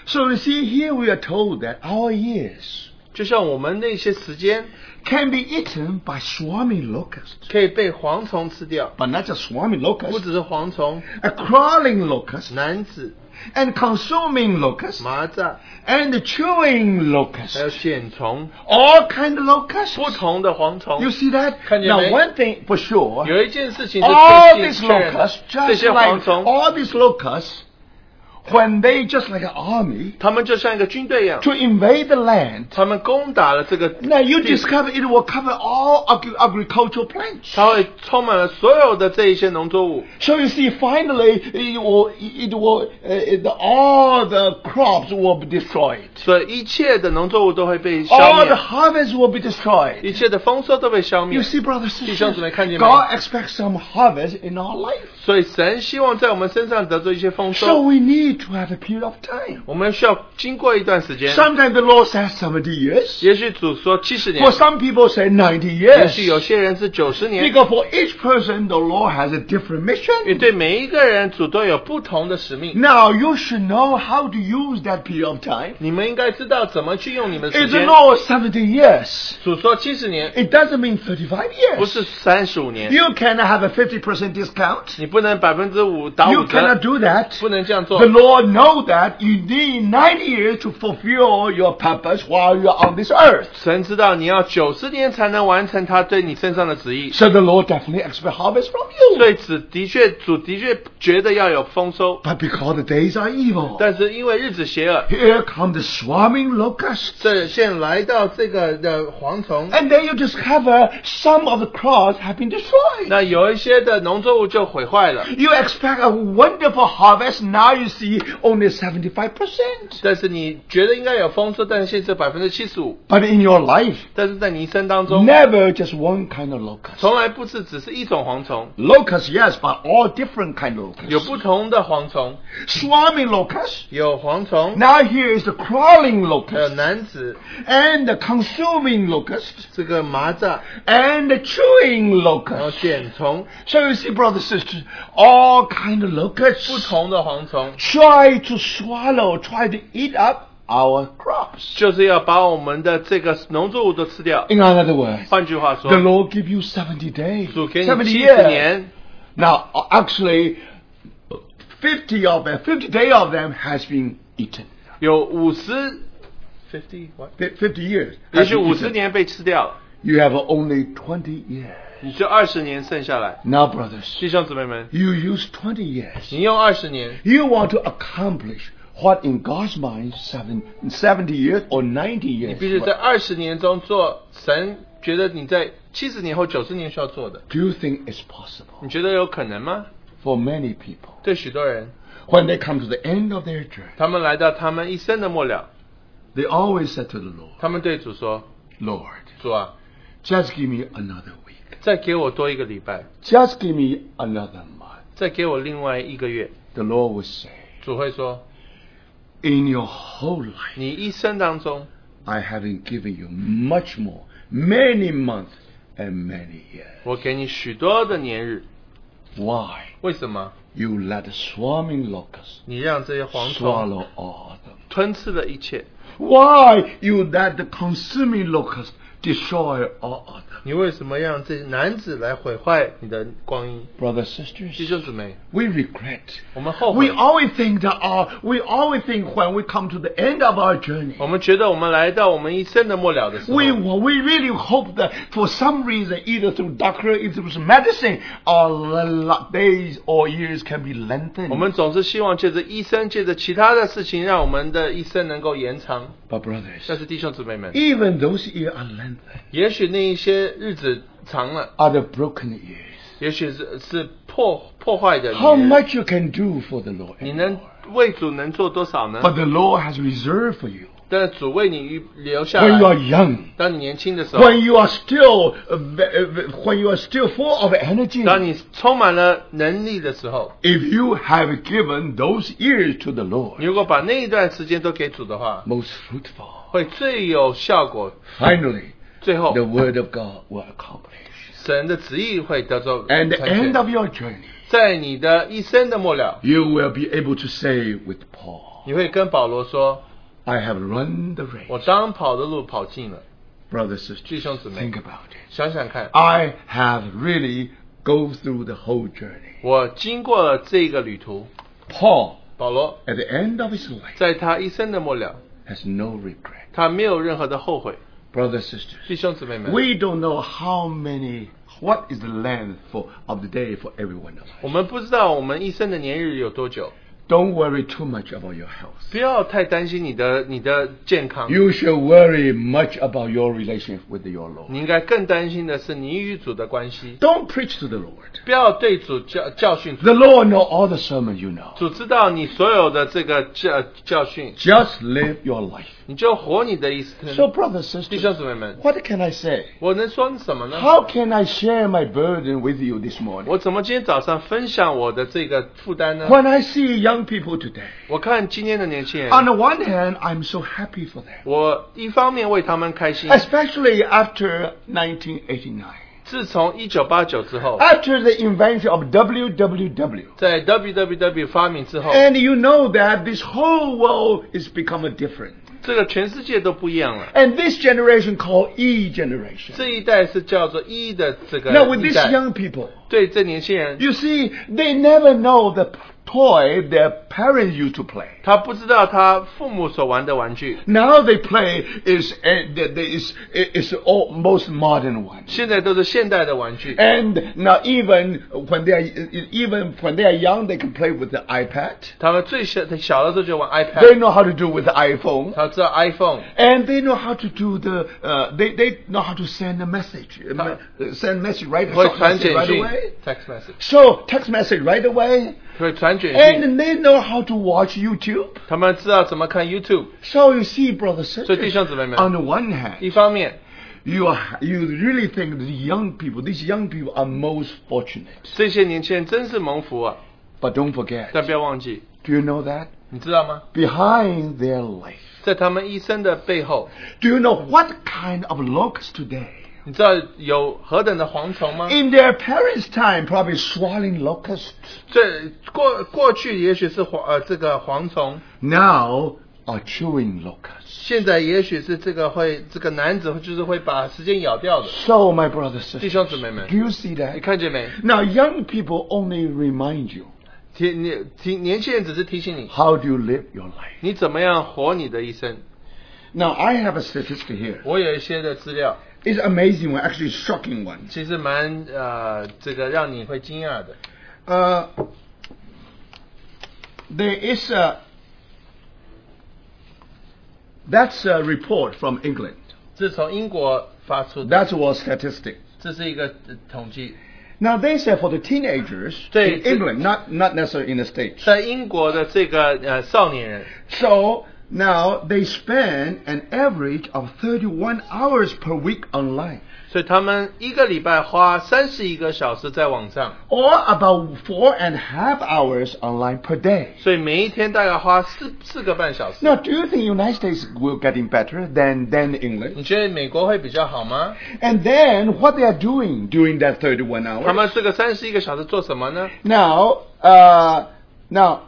S3: So you see, here we are told that our years
S2: 就像我们那些时间
S3: can be eaten by swarming locusts,
S2: 可以被蝗虫吃掉，
S3: but not just swarming
S2: 不
S3: locusts,
S2: 只是蝗虫、
S3: a crawling locust,
S2: 男子、
S3: and consuming locust,
S2: 蚂蚱，
S3: and chewing
S2: 还有
S3: locust,
S2: 蚬虫，
S3: all kind of locusts.
S2: 不同的蝗虫
S3: You。see that?
S2: 看见没？
S3: Now, one thing for sure,
S2: 有一件事哦情是
S3: all
S2: 最
S3: these
S2: 近确认的
S3: locusts,
S2: 这
S3: just
S2: 些蝗
S3: like
S2: 虫
S3: all these locusts, when they just like an army
S2: 他们就像一个军队一样，
S3: to invade the land.
S2: 他们攻打了这个
S3: Now you
S2: 地，
S3: discover it will cover all agri- agricultural plants.
S2: 它会充满了所有的这一些农作物，
S3: So you see, finally, it will, it will, uh, it- all the crops will be destroyed.
S2: 所以一切的农作物都会被消
S3: All
S2: 灭，
S3: the harvest will be destroyed.
S2: 一切的丰收都被消灭
S3: You。see, brothers and sisters,
S2: 弟兄姊妹，看见没？
S3: God expects some harvest in our life.
S2: 所以神希望在我们身上得到一些丰
S3: So
S2: 收，
S3: we need need to have a period of time.
S2: 我们需要经过一段时间。
S3: Sometimes the Lord says 70 years.
S2: 也许主说七十年
S3: For，some people say 90
S2: 也
S3: years.
S2: 许有些人是九十年。
S3: Because for each person, the Lord has a different
S2: 因为
S3: mission.
S2: 对每一个人，主都有不同的使命。
S3: Now you should know how to use that period of time.
S2: 你们应该知道怎么去用你们的时
S3: It's
S2: 间。
S3: not 70 years.
S2: 主说七十年，
S3: It doesn't mean 35
S2: 不
S3: years.
S2: 是三十五年，
S3: You cannot have a 50% discount.
S2: 你不能百分之五打
S3: You
S2: 五
S3: cannot
S2: 折，
S3: do that.
S2: 不能这样做
S3: The。Lord know that you need 90 years to fulfill your purpose while you're on this earth.
S2: 神知道你要九十年才能完成他对你身上的旨意，
S3: So the Lord definitely expect harvest from you.
S2: 所以子的确主的确觉得要有丰收，
S3: But because the days are evil,
S2: 但是因为日子邪恶，
S3: here come the swarming locusts.
S2: 这现来到这个的蝗虫，
S3: And then you discover some of the crops have been destroyed.
S2: 那有一些的农作物就毁坏了，
S3: You expect a wonderful harvest, now you see only 75%.
S2: 但是你觉得应该有丰收，但是现在百分之七十五，
S3: But in your life,
S2: 但是在你一生当中，
S3: never just one kind of locust.
S2: 从来不是只是一种蝗虫，
S3: Locusts, yes, but all different kind of
S2: 有
S3: locusts.
S2: 不同的蝗虫，
S3: Swarming locusts.
S2: 有蝗虫，
S3: Now here is the crawling
S2: 还有
S3: locust
S2: 男子
S3: and the consuming locust
S2: 这个蚂蚱，
S3: and the chewing
S2: 然后
S3: locust.
S2: 茧虫，
S3: So you see, brothers and sisters, all kind of
S2: 不
S3: locusts
S2: 同的蝗虫。
S3: try to swallow, try to eat up our crops.
S2: 就是要把我们的这个农作物都吃掉。
S3: In other words,
S2: 换句话说
S3: the，Lord give you 70 days,
S2: 主给你
S3: 70
S2: 七十
S3: years.
S2: 年，
S3: Now, uh, actually, 50 of them, 50 day of them has been eaten.
S2: 有五十，fifty，
S3: Fi- 50 years.
S2: 也
S3: has
S2: 许
S3: been
S2: 五十
S3: eaten.
S2: 年被吃掉了，
S3: You have only 20 years.
S2: 你就二十年剩下来。
S3: Now, brothers,
S2: 弟兄姊妹们，
S3: you use 20 years.
S2: 你用二十年，
S3: You want to accomplish what in God's mind seven, 70 years or 90 years.
S2: 必须在二十年中做神觉得你在七十年后、九十年需要做的。
S3: Do you think it's possible
S2: 你觉得有可能吗？
S3: for many people
S2: 对许多人，
S3: when they come to the end of their journey?
S2: 他们来到他们一生的末了，
S3: They always said to the Lord,
S2: 他们对主说
S3: Lord,：“
S2: 主啊，
S3: just give me another week.
S2: 再给我多一个礼拜，
S3: Just give me another month.
S2: 再给我另外一个月。
S3: The Lord would say, ”
S2: 主会说
S3: In your whole：“life,
S2: 你一生当中
S3: I haven't given you much more, many months and many years.
S2: 我给你许多的年日，
S3: Why?
S2: 为什么？
S3: You let the swarming locusts
S2: 你让这些蝗虫
S3: swallow all of them.
S2: 吞吃了一切，
S3: Why you let the consuming locusts destroy all of them?
S2: 你为什么让这些男子来毁坏你的光阴？
S3: Brothers,
S2: 弟
S3: sisters,
S2: 兄姊妹，
S3: we regret
S2: 我们后
S3: We
S2: 悔，
S3: always think that our, we always think when we come to the end of our journey,
S2: 我们觉得我们来到我们一生的末了的时候，
S3: we we really hope that for some reason, either through doctor, either through medicine, our l- l- days or years can be
S2: 我们
S3: lengthened.
S2: 总是希望借着医生，借着其他的事情，让我们的一生能够延长。
S3: But brothers,
S2: 但是弟兄姊妹们，
S3: even those years are lengthened,
S2: 也许那一些日子长了，
S3: are the broken years.
S2: 也许是是破破坏的
S3: How
S2: 年日
S3: much you can do for the Lord?
S2: 你能为主能做多少呢？
S3: But the Lord has reserved for you
S2: 但是主为你预留下
S3: when you are
S2: 来。
S3: young,
S2: 当你年轻的时候，
S3: when you are still, uh, ve- uh, when you are still full of energy.
S2: 当你充满了能力的时候，
S3: If you have given those years to the Lord.
S2: 你如果把那一段时间都给主的话，
S3: most fruitful.
S2: 会最有效果。
S3: Finally,
S2: 最后，
S3: the word of God will accomplish.
S2: 神的旨意会得到
S3: And
S2: 成
S3: the end
S2: 全。
S3: of your journey,
S2: 在你的一生的末了，
S3: you will be able to say with Paul,
S2: 你会跟保罗说
S3: I have run the：“
S2: 我
S3: race.
S2: 当跑的路跑尽了。
S3: Brother, sister,
S2: 弟兄姊妹
S3: think，about it.
S2: 想想看，
S3: I have really go through the whole journey.
S2: 我经过了这个旅途。
S3: Paul,
S2: 保罗
S3: at the end of his life,
S2: 在他一生的末了，
S3: has no regret.
S2: 他没有任何的后悔。
S3: Brother, sister,
S2: 弟兄姊妹们，
S3: we don't know how many, what is the length for, of the day for every one of us.
S2: 我们不知道我们一生的年日有多久，
S3: Don't worry too much about your health.
S2: 不要太担心你的你的健康。
S3: You should worry much about your relationship with your Lord.
S2: 你应该更担心的是你与主的关系，
S3: Don't preach to the Lord.
S2: 不要对主教教训主。
S3: The Lord know all the sermons you know.
S2: 主知道你所有的这个教教训，
S3: Just live your life.
S2: 你你就活你的一
S3: So,
S2: 生。
S3: brothers
S2: 弟兄
S3: sisters,
S2: 姊妹们，
S3: what can I say?
S2: 我能说什么呢？
S3: How can I share my burden with you this morning?
S2: 我怎么今天早上分享我的这个负担呢？
S3: When I see young people today,
S2: 我看今天的年轻人，
S3: on the one hand, I'm so happy for them,
S2: 我一方面为他们开心。
S3: especially after 1989,
S2: 自从一九八九之后，
S3: after the invention of WWW.
S2: 在 WWW 发明之后，
S3: And you know that this whole world is become a different.
S2: 这个全世界都不一样了。
S3: And this generation called E generation.
S2: 这一代是叫做一的这个
S3: Now with
S2: 一
S3: these
S2: 代，
S3: young people,
S2: 对这年轻人，
S3: you see, they never know the p- toy their parents used to play.
S2: 他不知道他父母所玩的玩具，
S3: Now they play is uh, the- the- is is the all, most modern one.
S2: 现在都是现代的玩
S3: 哎
S2: 具。
S3: And now even when they are e, even when they are young, they can play with the iPad.
S2: 他们最小小的时候就玩
S3: They
S2: iPad，
S3: know how to do with the iPhone.
S2: 他知道 iPhone，
S3: And they know how to do the, uh, they, they know how to send a message, uh, me- uh, send message right,
S2: 会
S3: short
S2: 传
S3: message
S2: 简
S3: right
S2: 讯
S3: away.
S2: （text message），
S3: So text message right away.
S2: 会传简讯。
S3: And they know how to watch YouTube.
S2: 他们知道怎么看 YouTube。
S3: So you see, brothers and
S2: 所以弟
S3: sisters,
S2: 兄姊妹们，
S3: on the one
S2: 一
S3: hand,
S2: 方面，
S3: you, are, you really think the young people, these young people are most fortunate.
S2: 这些年轻人真是蒙福啊！
S3: But don't forget,
S2: 但不要忘记，
S3: do you know that?
S2: 你知道吗？
S3: Behind their life.
S2: 在他们一生的背后，
S3: Do you know what kind of locust today?
S2: 你知道有何等的蝗虫吗？
S3: In their parents' time, probably swallowing locusts.
S2: 这过过去也许是蝗呃这个蝗虫，
S3: now are chewing locusts.
S2: 现在也许是这个会这个男子就是会把时间咬掉的。
S3: So, my brothers
S2: 弟
S3: sisters,
S2: 兄姊妹们
S3: do，you see
S2: 你
S3: that?
S2: 哎看见没？
S3: Now, young people only remind you
S2: 提你提年轻人只是提醒你，
S3: how do you live your life.
S2: 你怎么样活你的一生。
S3: Now, I have a statistic here.
S2: 我有一些的资料，
S3: It's amazing one, actually shocking one.
S2: 其实蛮呃这个让你会惊讶的。
S3: Uh, there is a that's a report from England.
S2: 这是从英国发出的，
S3: That was statistic.
S2: 这是一个呃统计，
S3: Now they say for the teenagers in
S2: States.
S3: England, not not necessarily in the states.
S2: 在英国的这个呃少年人，
S3: So now they spend an average of 31 hours per week online,
S2: 所以他们一个礼拜花三十一个小时在网上，
S3: or about four and a half hours online per day.
S2: 所以每一天大概花四四个半小时。
S3: Now, do you think United States will getting better than than England?
S2: 你觉得美国会比较好吗？
S3: And then what they are doing during that 31
S2: 嗯他
S3: hours?
S2: 们这个三十一个小时做什么呢？
S3: Now, uh, now,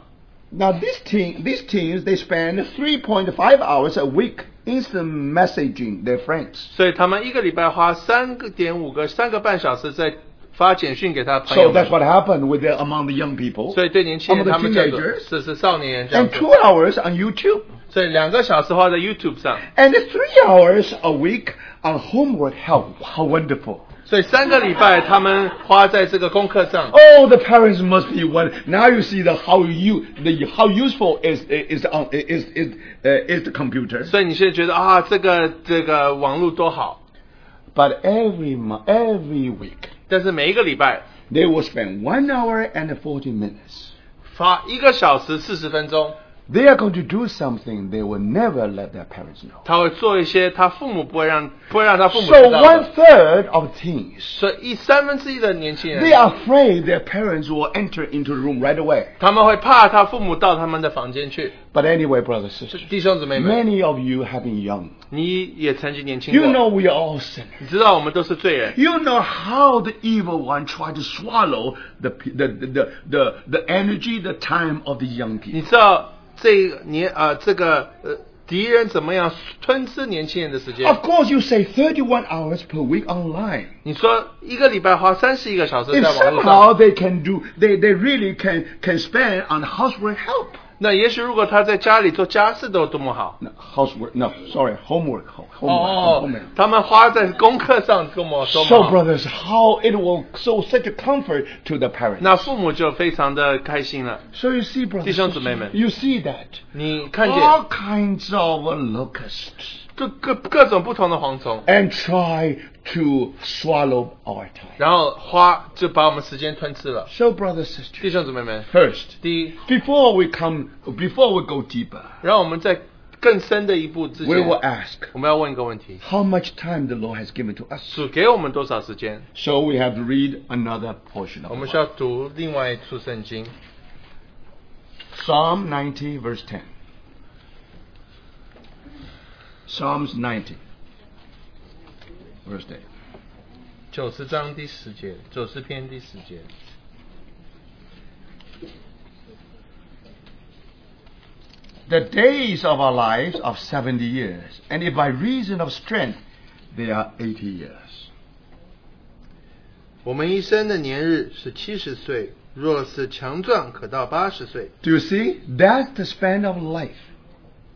S3: now this teen, these teens they spend 3.5 hours a week instant messaging their friends.
S2: 所以他们一个礼拜花三个点五个三个半小时在发简讯给他朋友
S3: So
S2: 们
S3: that's what happened with the, among the young people.
S2: 所以对年轻人
S3: Among the
S2: 他们叫做
S3: teenagers.
S2: 这是少年人这样
S3: And
S2: 子。
S3: two hours on YouTube.
S2: 所以两个小时花在 YouTube 上，
S3: And three hours a week on homework help. How wonderful.
S2: 所以三个礼拜他们花在这个功课上。
S3: Oh, the parents must be one. Now you see the how you the how useful is is on is is, uh, is the computer.
S2: 所以你现在觉得啊，这个这个网络多好，
S3: But every mo- every week
S2: 但是每一个礼拜
S3: they will spend one hour and forty minutes.
S2: 花一个小时四十分钟，
S3: They are going to do something they will never let their parents know.
S2: 他会做一些他父母不会让不会让他父母知
S3: So
S2: 道
S3: one
S2: 的。
S3: third of teens
S2: 所以一三分之一的年轻
S3: they
S2: 人，
S3: are afraid their parents will enter into the room right away.
S2: 他们会怕他父母到他们的房间去。
S3: But anyway, brothers
S2: 是
S3: and sisters,
S2: 弟兄姊妹们，
S3: many of you have been young.
S2: 你也曾经年轻
S3: You
S2: 过，
S3: know we are all sinners.
S2: 你知道我们都是罪人，
S3: You know how the evil one tried to swallow the p- the the the, the, the energy, the time of the young
S2: 你
S3: people.
S2: 知道这年啊、这个呃敌人怎么样吞吃年轻人的时间
S3: Of？course, you say 31 hours per week online.
S2: 你说一个礼拜花三十一个小时
S3: If
S2: 在网络
S3: somehow
S2: 上，
S3: they can do, they, they really can can spend on housework help.
S2: 那也许如果他在家里做家事都多么好。
S3: No, housework, no, sorry, homework, ho- homework,
S2: 哦
S3: homework.，
S2: 他们花在功课上多么多
S3: Oh. So,
S2: 么好，
S3: brothers, how it will so such a comfort to the parents.
S2: 那父母就非常的开心了。
S3: So you see, brothers,
S2: 弟兄姊妹们。
S3: you see that
S2: 你看见
S3: all kinds of locusts.
S2: 各各各种不同的蝗虫，
S3: and try to swallow our time.
S2: 然后花就把我们时间吞吃了。
S3: So, brothers
S2: 弟
S3: sisters,
S2: 兄姊妹们，
S3: first,
S2: 第一，
S3: before we come, before we go deeper,
S2: 让我们再更深的一步之
S3: We
S2: 前，
S3: will ask
S2: 我们要问一个问题：
S3: how much time the Lord has given to us.
S2: 主给我们多少时间？
S3: So we have to read another portion
S2: 我
S3: of
S2: 们
S3: the
S2: 需要
S3: Bible.
S2: 读另外一处圣经，
S3: Psalm 90, verse 10. Psalms 90, verse 10.
S2: 九十章第十节，九十篇第十节。
S3: The days of our lives are 70 years, and if by reason of strength they are 80 years.
S2: 我们一生的年日是七十岁，若是强壮，可到八十岁。
S3: Do you see? That's the span of life.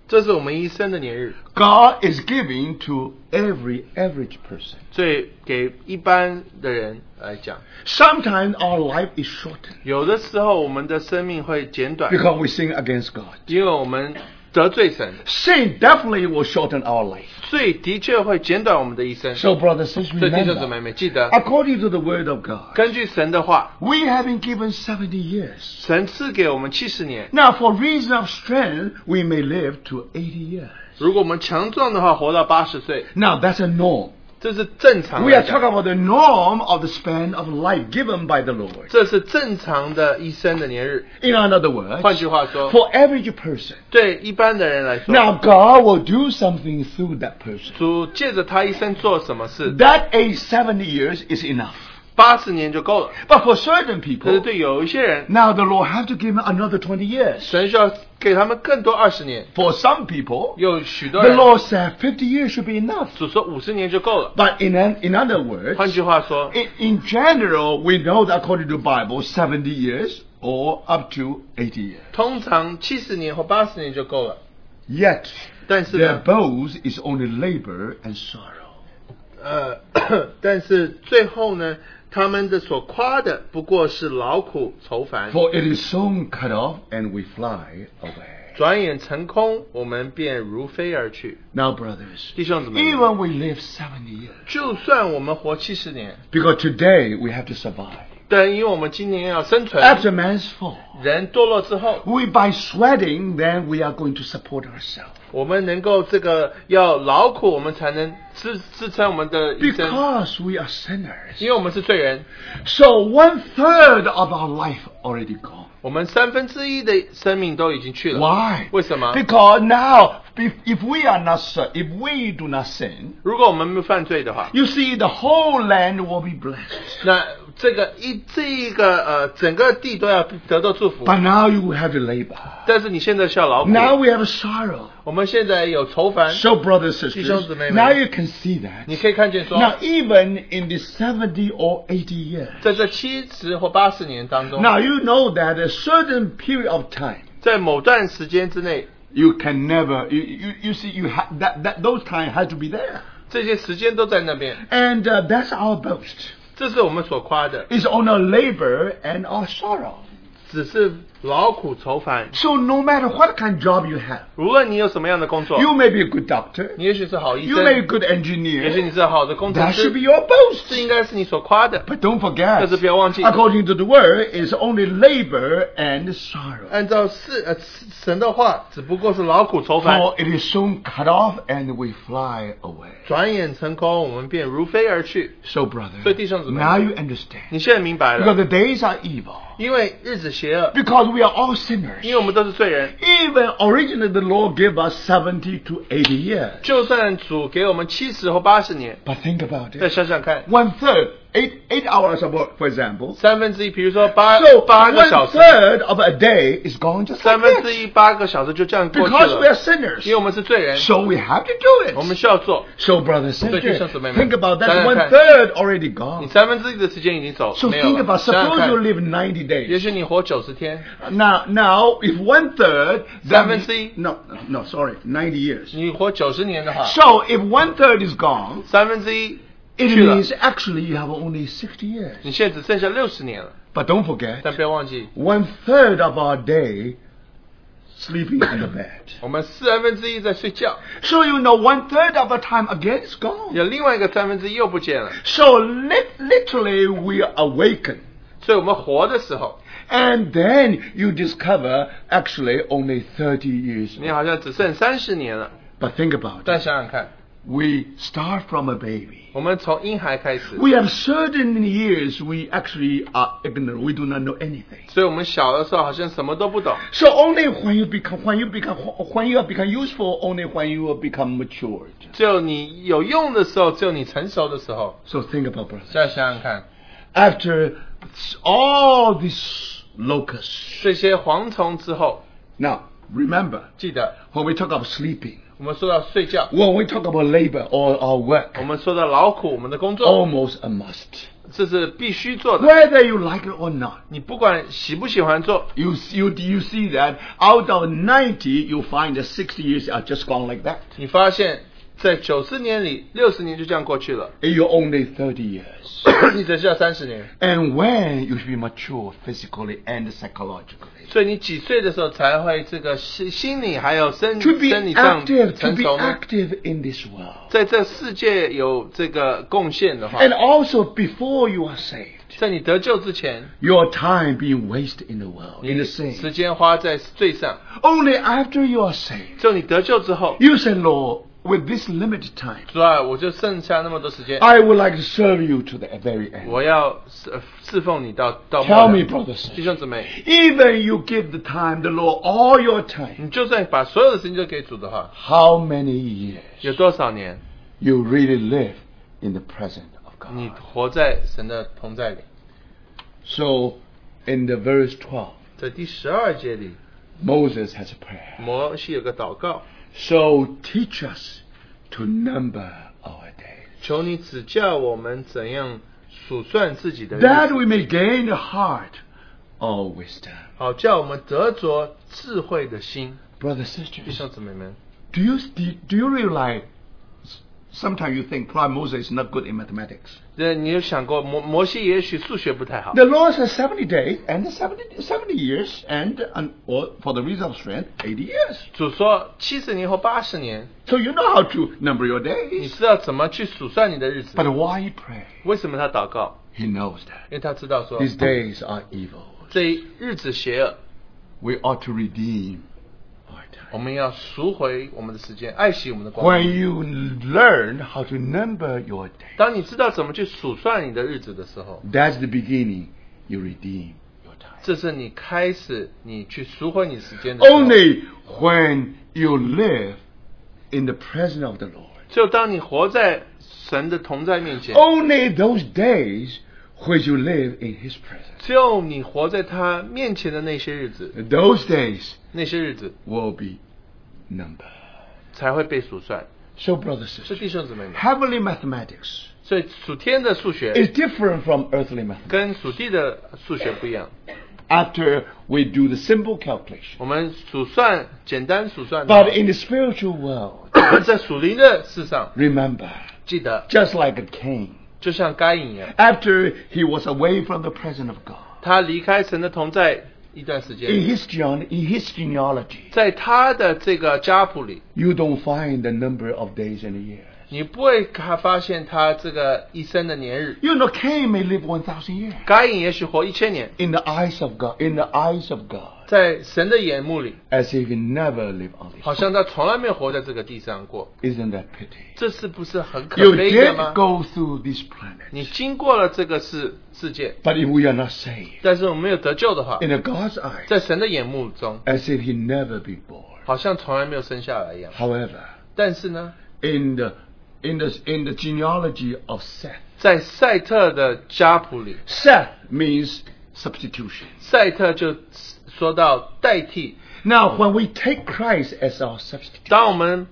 S2: 这是我们一生的年日，
S3: God is giving to every average person.
S2: 最给一般的人来讲。
S3: Sometimes our life is shortened
S2: 有的时候，我们的生命会简短，
S3: because we sin against God.
S2: 因为我们得罪神，
S3: Sin definitely will shorten our life.
S2: 罪的确会减短我们的一生。所
S3: So, brothers and sisters,
S2: 以弟兄姊
S3: remember,
S2: 妹们，记得
S3: according to the word of God,
S2: 根据神的话，
S3: we have been given 70 years.
S2: 神赐给我们七十年。
S3: Now, for reason of strength, we may live to 80 years.
S2: 如果我们强壮的话，活到八十岁，
S3: Now, that's a norm.
S2: 这是正常
S3: We
S2: 来
S3: are
S2: 讲
S3: talking about the norm of the span of life given by the Lord.
S2: 这是正常的一生的年日。
S3: In another word,
S2: 换句话说，
S3: for average person,
S2: 对一般的人来说，
S3: now God will do something through that person.
S2: 主借着他一生做什么事，
S3: That age, 70 years, is enough.
S2: 八十年就够了。
S3: But for certain
S2: 但是
S3: people,
S2: 对有一些人，
S3: now the Lord have to give him another 20 years.
S2: 神需要给他们更多二十年。
S3: For some people,
S2: 有许多
S3: the
S2: 人，
S3: Lord said 50 years should be enough.
S2: 主说五十年就够了。
S3: But in, an, in other words,
S2: 换句话说，
S3: in, in general, we know that according to Bible, 70 years or up to 80 years.
S2: 通常七十年或八十年就够了。
S3: Yet,
S2: 但是
S3: their
S2: 呢，
S3: boast is only labor and sorrow.
S2: 呃， [coughs] 但是最后呢，他们的所夸的不过是劳苦愁烦，
S3: For it is soon cut off and we fly away.
S2: 转眼成空，我们便如飞而去。
S3: Now, brothers,
S2: 弟兄姊妹们，
S3: even we live 70 years,
S2: 就算我们活七十年，
S3: because today we have to survive.
S2: 但因为我们今年要生存，
S3: After man's fall,
S2: 人堕落之后，
S3: we by sweating, then we are going to support ourselves.
S2: 我们能够这个要劳苦，我们才能支支撑我们的一生，
S3: Because we are sinners.
S2: 因为我们是罪人，
S3: So one third of our life already gone.
S2: 我们三分之一的生命都已经去了。
S3: Why?
S2: 为什么？
S3: Because now, if, if we are not, sin- if we do not sin,
S2: 如果我们没有犯罪的话，
S3: you see, the whole land will be blessed.
S2: 那这个一这一个呃，整个地都要得到祝福。
S3: But now you have to labor.
S2: 但是你现在需要劳苦，
S3: Now we have sorrow.
S2: 我们现在有愁烦，
S3: So, brothers and sisters,
S2: 弟兄姊妹们，
S3: now you can see that.
S2: 你可以看见说，
S3: Now, even in the 70 or 80 years,
S2: 在这七十或八十年当中，
S3: now you know that a certain period of time,
S2: 在某段时间之内，
S3: you can never, you, you, you see, you ha- that, that those time had to be there.
S2: 这些时间都在那边，
S3: And uh, that's our boast.
S2: 这是我们所夸的，
S3: It's on our labor and our sorrow.
S2: 只是劳苦愁烦。
S3: So, no matter what kind of job you have,
S2: 无论你有什么样的工作，
S3: you may be a good doctor,
S2: 你也许是好医
S3: you may be a
S2: 生，
S3: good
S2: 也许你
S3: engineer,
S2: 是好的工程
S3: that
S2: 师
S3: should be，your
S2: 这应
S3: boast.
S2: 该是你所夸的。
S3: But don't forget,
S2: 但是别忘记，
S3: according to the word, it's only labor and sorrow.
S2: 按照是呃神的话，只不过是劳苦愁烦，
S3: For it is soon cut off and we fly away.
S2: 转眼成空，我们便如飞而去。
S3: So, brother,
S2: 所以弟兄姊妹，
S3: now you
S2: 你
S3: understand.
S2: 现在明白
S3: Because
S2: 了，
S3: the days are evil.
S2: 因为日子邪恶，
S3: Because we are all sinners.
S2: 因为我们都是罪人。
S3: Even originally, the Lord gave us 70 to 80 years.
S2: 就算主给我们七十或八十年，
S3: But think about
S2: 再
S3: it.
S2: 想想看，
S3: One third, eight, eight hours of work, for example.
S2: 三分之一，比如说八
S3: So,
S2: 八个
S3: one
S2: 小时，
S3: third of a day is gone just
S2: 三
S3: like
S2: 分之
S3: this.
S2: 一八个小时就这样过去
S3: Because we are
S2: 了，
S3: sinners.
S2: 因为我们是罪人，
S3: So we have to do
S2: 我们
S3: it.
S2: 需要做。
S3: So, brother, sister,
S2: 所以弟兄姊妹们，
S3: think about that.
S2: 想想看。
S3: One third already
S2: 你
S3: gone.
S2: 三分之一的时间已经走
S3: So
S2: 没有
S3: think
S2: 了，
S3: about
S2: 想想
S3: suppose
S2: 看
S3: you，live 90 days.
S2: 也许你活九十天，
S3: Now, now, if one third, that means-
S2: 70.
S3: no, no, sorry, ninety years.
S2: 你活九十年的话，
S3: So if one third is gone,
S2: 三分之一
S3: it
S2: 去了。
S3: means actually you have only sixty years.
S2: 你现在只剩下六十年了。
S3: But don't forget,
S2: 但不要忘记，
S3: one third of our day sleeping in [coughs] the bed.
S2: 我们三分之一在睡觉，
S3: So you know, one third of the time again is [laughs] gone.
S2: 有另外一个三分之一又不见了。
S3: So lit- literally we are awakened.
S2: 所以我们活的时候，
S3: And then you discover actually only 30 years.
S2: 你好像只剩三十年了，
S3: But think about
S2: 但
S3: it.
S2: 想想看，
S3: We start from a baby.
S2: 我们从婴孩开始，
S3: We have certain years we actually are ignorant. We do not know anything.
S2: 所以我们小的时候好像什么都不懂，
S3: So only when you become, when you become, when you have become useful, only when you have become matured.
S2: 只有你有用的时候，只有你成熟的时候。
S3: So think about brothers.
S2: 现在想想看，
S3: After all these locusts.
S2: 这些蝗虫之后，
S3: Now remember
S2: 记得
S3: when we talk about sleeping,
S2: 我们说到睡觉，
S3: when we talk about labor or our work,
S2: 我们说到劳苦，我们的工作，
S3: almost a must.
S2: 这是必须做的。
S3: Whether you like it or not,
S2: 你不管喜不喜欢做，
S3: you you you see that out of ninety, you find that sixty years are just gone like that.
S2: 你发现，在九十年里，六十年就这样过去
S3: [coughs]
S2: 了，
S3: And You're only thirty years. [coughs]
S2: 你只需要三十年。
S3: And when you should be mature physically and psychologically.
S2: 所以你几岁的时候才会这个心心理还有身
S3: To be
S2: 生理上
S3: active, to
S2: 成
S3: be
S2: 熟呢？
S3: active in this world.
S2: 在这世界有这个贡献的话，
S3: And also before you are saved,
S2: 在你得救之前，
S3: your time being wasted in the world,
S2: 你
S3: in the
S2: 时
S3: sin.
S2: 间花在罪上。
S3: Only after you are saved,
S2: 就你得救之后，
S3: you say, Lord, with this limited time,
S2: 主啊，我就剩下那么多时间，
S3: I would like to serve you to the very end.
S2: 我要侍呃侍奉你到到末
S3: Tell
S2: 了
S3: me, brothers.
S2: 弟兄姊妹，
S3: Even you give the time, the Lord, all your
S2: 你
S3: time.
S2: 就算把所有的时间都给主的话，
S3: How many years
S2: 有多少年
S3: you really live in the presence of
S2: 你
S3: God?
S2: 活在神的同在里？
S3: So, in the verse 12,
S2: 在第十二节里，
S3: Moses has a prayer.
S2: 摩西有个祷告，
S3: So teach us to number our days,
S2: 求你指教我们怎样数算自己的日
S3: that
S2: 子，
S3: we may gain the heart of wisdom.
S2: 好叫我们得着智慧的心。
S3: Brothers
S2: 弟
S3: sisters,
S2: 兄姊妹们，
S3: do you do you realize? Sometimes you think probably Moses is not good in mathematics.
S2: 那你有想过摩摩西也许数学不太好，
S3: The Lord says 70 days and 70, 70 years and, and or for the reason of strength, 80 years.
S2: 主说七十年或八十年，
S3: So you know how to number your
S2: 你
S3: days.
S2: 知道怎么去数算你的日子。
S3: But why he pray?
S2: 为什么他祷告？
S3: He knows that
S2: 因为他知道说
S3: these days are evil.
S2: 这一日子邪恶，
S3: We ought to redeem our time.
S2: 我们要赎回我们的时间，爱惜我们的光阴。
S3: When you learn how to number your days,
S2: 当你知道怎么去数算你的日子的时候，
S3: that's the beginning. You redeem your time.
S2: 这是你开始你去赎回你时间的时候。
S3: Only when you live in the presence of the Lord.
S2: 就当你活在神的同在面前，
S3: Only those days which you live in His presence.
S2: 只有你活在他面前的那些日子，
S3: Those days
S2: 那些日子
S3: will be numbered.
S2: 才会被数算。
S3: So, brothers
S2: 是
S3: sisters,
S2: 弟兄姊妹们，
S3: heavenly mathematics
S2: 所以属天的数学
S3: is different from earthly mathematics.
S2: 跟属地的数学不一样。
S3: After we do the simple calculation,
S2: 我们数算简单数算的话，
S3: but in the spiritual world,
S2: 在属灵的事上，
S3: remember,
S2: 记得
S3: just like a king.
S2: 就像该隐一样，
S3: after he was away from the presence of God.
S2: 他离开神的同在一段时
S3: In
S2: 间，
S3: his, geon- in his genealogy,
S2: 在他的这个家谱里，
S3: you don't find the number of days and years.
S2: 你不会看发现他这个一生的年日。
S3: You know, Cain may live 1,000 years.
S2: 该隐也许活一千年，
S3: In the eyes of God, in the eyes of God,
S2: 在神的眼目里，
S3: as if he never lived on this
S2: 好
S3: earth.
S2: 像他从来没有活在这个地上过。
S3: Isn't that pity?
S2: 这是不是很
S3: You
S2: 可悲的
S3: did
S2: 吗？
S3: go through this
S2: 你
S3: planet,
S2: 经过了这个世世界，
S3: but if we are not saved,
S2: 但是我们没有得救的话，
S3: in a God's eyes,
S2: 在神的眼目中，
S3: as if he never be born.
S2: 好像从来没有生下来一样。
S3: However,
S2: 但是呢，
S3: in the in the in the genealogy of Seth,
S2: 在赛特的家谱里，
S3: Seth means substitution.
S2: 赛特就说到代替
S3: Now, when we take Christ as our substitute,
S2: 当我们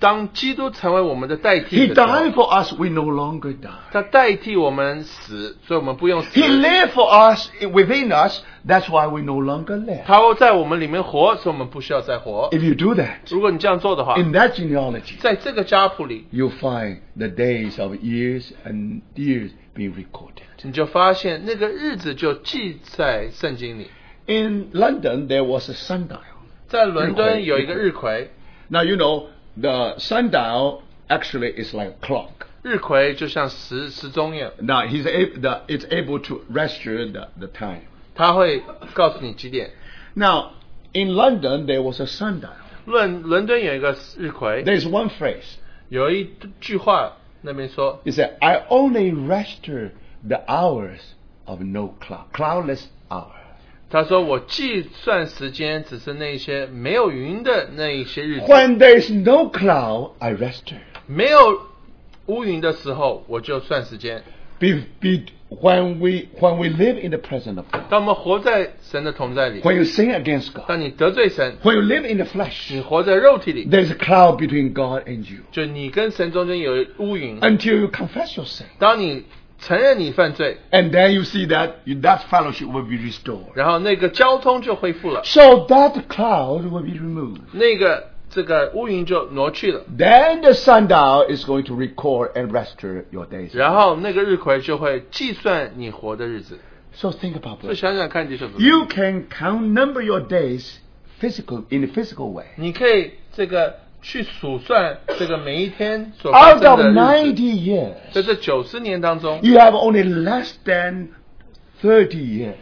S2: 当基督成为我们的代替
S3: He
S2: 的时候
S3: died for us, we no longer die.
S2: 他代替我们死，所以我们不用死。
S3: He lived for us within us, that's why we no longer live.
S2: 他会在我们里面活，所以我们不需要再活。
S3: If you do that,
S2: 如果你这样做的话，
S3: in that genealogy,
S2: 在这个家谱里，
S3: you'll find the days of years and years being recorded.
S2: 你就发现那个日子就记在圣经里。
S3: In London, there was a sundial.
S2: 在伦敦
S3: 日晷
S2: 有一个日葵，
S3: Now, you know, the sundial actually is like a clock.
S2: 日葵就像时时钟一样，
S3: Now, he's ab- the, it's able to register the, the time.
S2: 他会告诉你几点。
S3: Now, in London, there was a sundial.
S2: 伦伦敦有一个日葵，
S3: There is one phrase.
S2: 有一句话那边说，
S3: It said, I only register the hours of no cloud, cloudless hour.
S2: 他说我计算时间只是那些没有云的那一些日子，
S3: When there is no cloud, I register.
S2: 没有乌云的时候我就算时间。
S3: Be, be, when, we, when we live in the presence of God,
S2: 当我们活在神的同在里，
S3: when you sin against God,
S2: 当你得罪神，
S3: when you live in the flesh,
S2: 你活在肉体里，
S3: there is a cloud between God and you
S2: 就你跟神中间有乌云。
S3: until you confess your sin.
S2: 当你承认你犯罪，
S3: And then you see that you- that fellowship will be restored.
S2: 然后那个交通就恢复了，
S3: So that cloud will be removed.
S2: 那个这个乌云就挪去了，
S3: Then the sundial is going to record and register your days.
S2: 然后那个日葵就会计算你活的日子。
S3: So think about
S2: 所以
S3: this.
S2: 想想看，弟兄姊妹
S3: You can count number your days physical in a physical way.
S2: 你可以这个去数算这个每一天所发
S3: Out
S2: 生
S3: of
S2: 的日
S3: 90
S2: 子，
S3: years,
S2: 在这九十年当中，
S3: you have only less than 30 years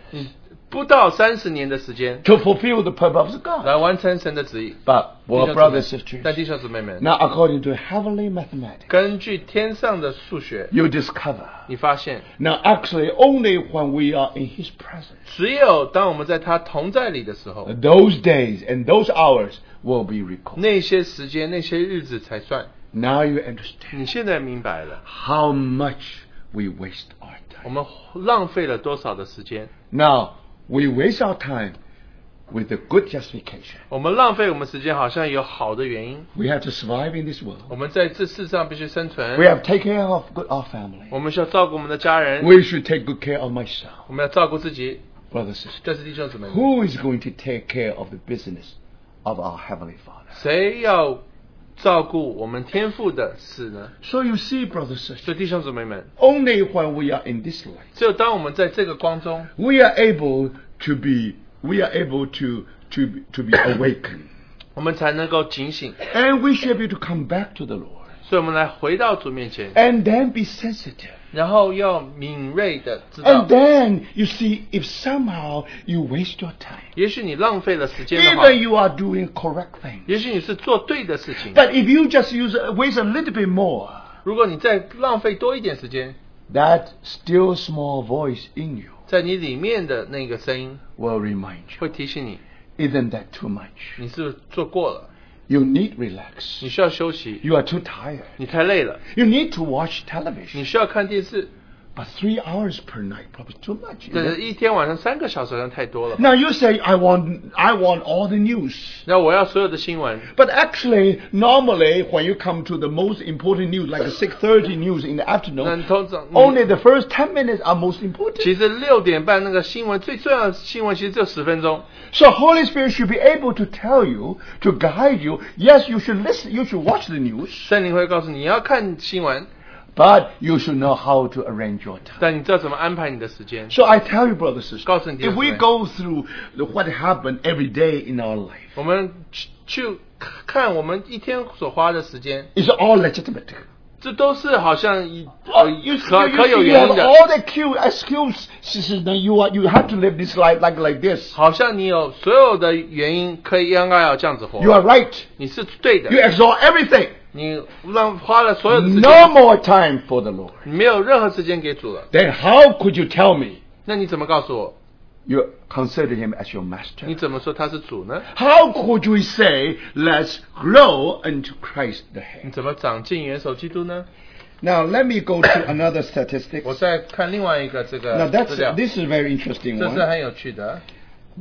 S2: 不到三十年的时间
S3: to fulfill the purpose of God.
S2: 来完成神的旨意。
S3: But,
S2: 弟
S3: well,
S2: 兄
S3: brothers
S2: 姊
S3: and
S2: 妹但
S3: sisters,
S2: 弟兄姊妹们，
S3: now according to heavenly mathematics,
S2: 根据天上的数学，
S3: you discover.
S2: 你发现
S3: Now, actually, only when we are in His presence,
S2: 只有当我们在他同在里的时候，
S3: those days and those hours will be recorded.
S2: 那些时间、那些日子才算。
S3: Now you understand
S2: 你现在明白了，
S3: how much we waste our
S2: 我
S3: time.
S2: 们浪费了多少的时间？
S3: Now, we waste our time with a good justification.
S2: 我们浪费我们时间，好像有好的原因。
S3: We have to survive in this
S2: 我
S3: world.
S2: 们在这世上必须生
S3: We
S2: 存，
S3: have to take care of good, our family.
S2: 我们需要照顾我们的家人，
S3: We should take good care of myself,
S2: 我们要照顾自己，
S3: brother, sister.
S2: 这是弟兄姊妹们。
S3: Who is going to take care of the business of our Heavenly Father?
S2: 谁要照顾我们天赋的事呢？
S3: So you see, brother, sister,
S2: 所以弟兄姊妹们，
S3: only when we are in this life.
S2: 只有当我们在这个光中，
S3: we are able to be we are able to to be- to be awakened
S2: 我们才能够警醒。
S3: and we should be able to come back to the lord
S2: 所以，我们来回到主面前，
S3: and then be sensitive
S2: 然后要敏锐的知道
S3: and，then you see if somehow you waste your time
S2: 也许你浪费了时间的话，
S3: even you are doing correct thing
S2: 也许你是做对的事情，
S3: but if you just use waste a little bit more
S2: 如果你再浪费多一点时间，
S3: that still small voice in you
S2: 在你里面的那个声音
S3: will remind you
S2: 会提醒你，
S3: isn't that too much
S2: 你是不是做过了，
S3: you need relax
S2: 你需要休息，
S3: you are too tired
S2: 你太累了，
S3: you need to watch
S2: 你
S3: television
S2: 需要看电视，
S3: but three hours per night probably too much
S2: 但是一天晚上三个小时好像太多了吧。
S3: Now you say I want I want all the news.
S2: 那我要所有的新闻，
S3: But actually, normally when you come to the most important news, like the 6:30 news in the
S2: 那
S3: afternoon,
S2: 通常
S3: only the first 10 minutes are most
S2: 其
S3: important.
S2: 实六点半那个新闻最重要的新闻，其实只有十分钟。
S3: So Holy Spirit should be able to tell you, to guide you. Yes, you should listen, you should watch the news,
S2: 圣灵会告诉你，你要看新闻，
S3: but you should know how to arrange your time.
S2: 但你知道怎么安排你的时间。
S3: So I tell you, brothers and sisters,
S2: 告诉你，
S3: if we
S2: 弟兄姊妹。
S3: go through the, what happened every day in our life,
S2: 我们去去看我们一天所花的时间，
S3: it's all legitimate.
S2: 这都是好像一
S3: Oh,
S2: 呃
S3: you, you,
S2: 可
S3: you
S2: 可
S3: see,
S2: 有
S3: you
S2: 原
S3: have
S2: 因的，
S3: all the cute excuses. Then you are, you have to live this life like like this.
S2: 好像你有所有的原因可以应该要这样子活。
S3: You are right.
S2: 你是对的
S3: You，exhaust everything.
S2: 你浪花了所有的时间
S3: No，more time for the Lord.
S2: 你没有任何时间给主了。
S3: Then how could you tell me
S2: 那你怎么告诉我？
S3: you consider Him as your master?
S2: 你怎么说他是主呢？
S3: How could you say let's grow into Christ the
S2: 你
S3: head?
S2: 怎么长进元首基督呢？
S3: Now let me go to another statistic.
S2: 我再看另外一个这
S3: Now
S2: 个
S3: that's
S2: 资料，
S3: this is a very interesting
S2: 这是
S3: one.
S2: 很有趣的。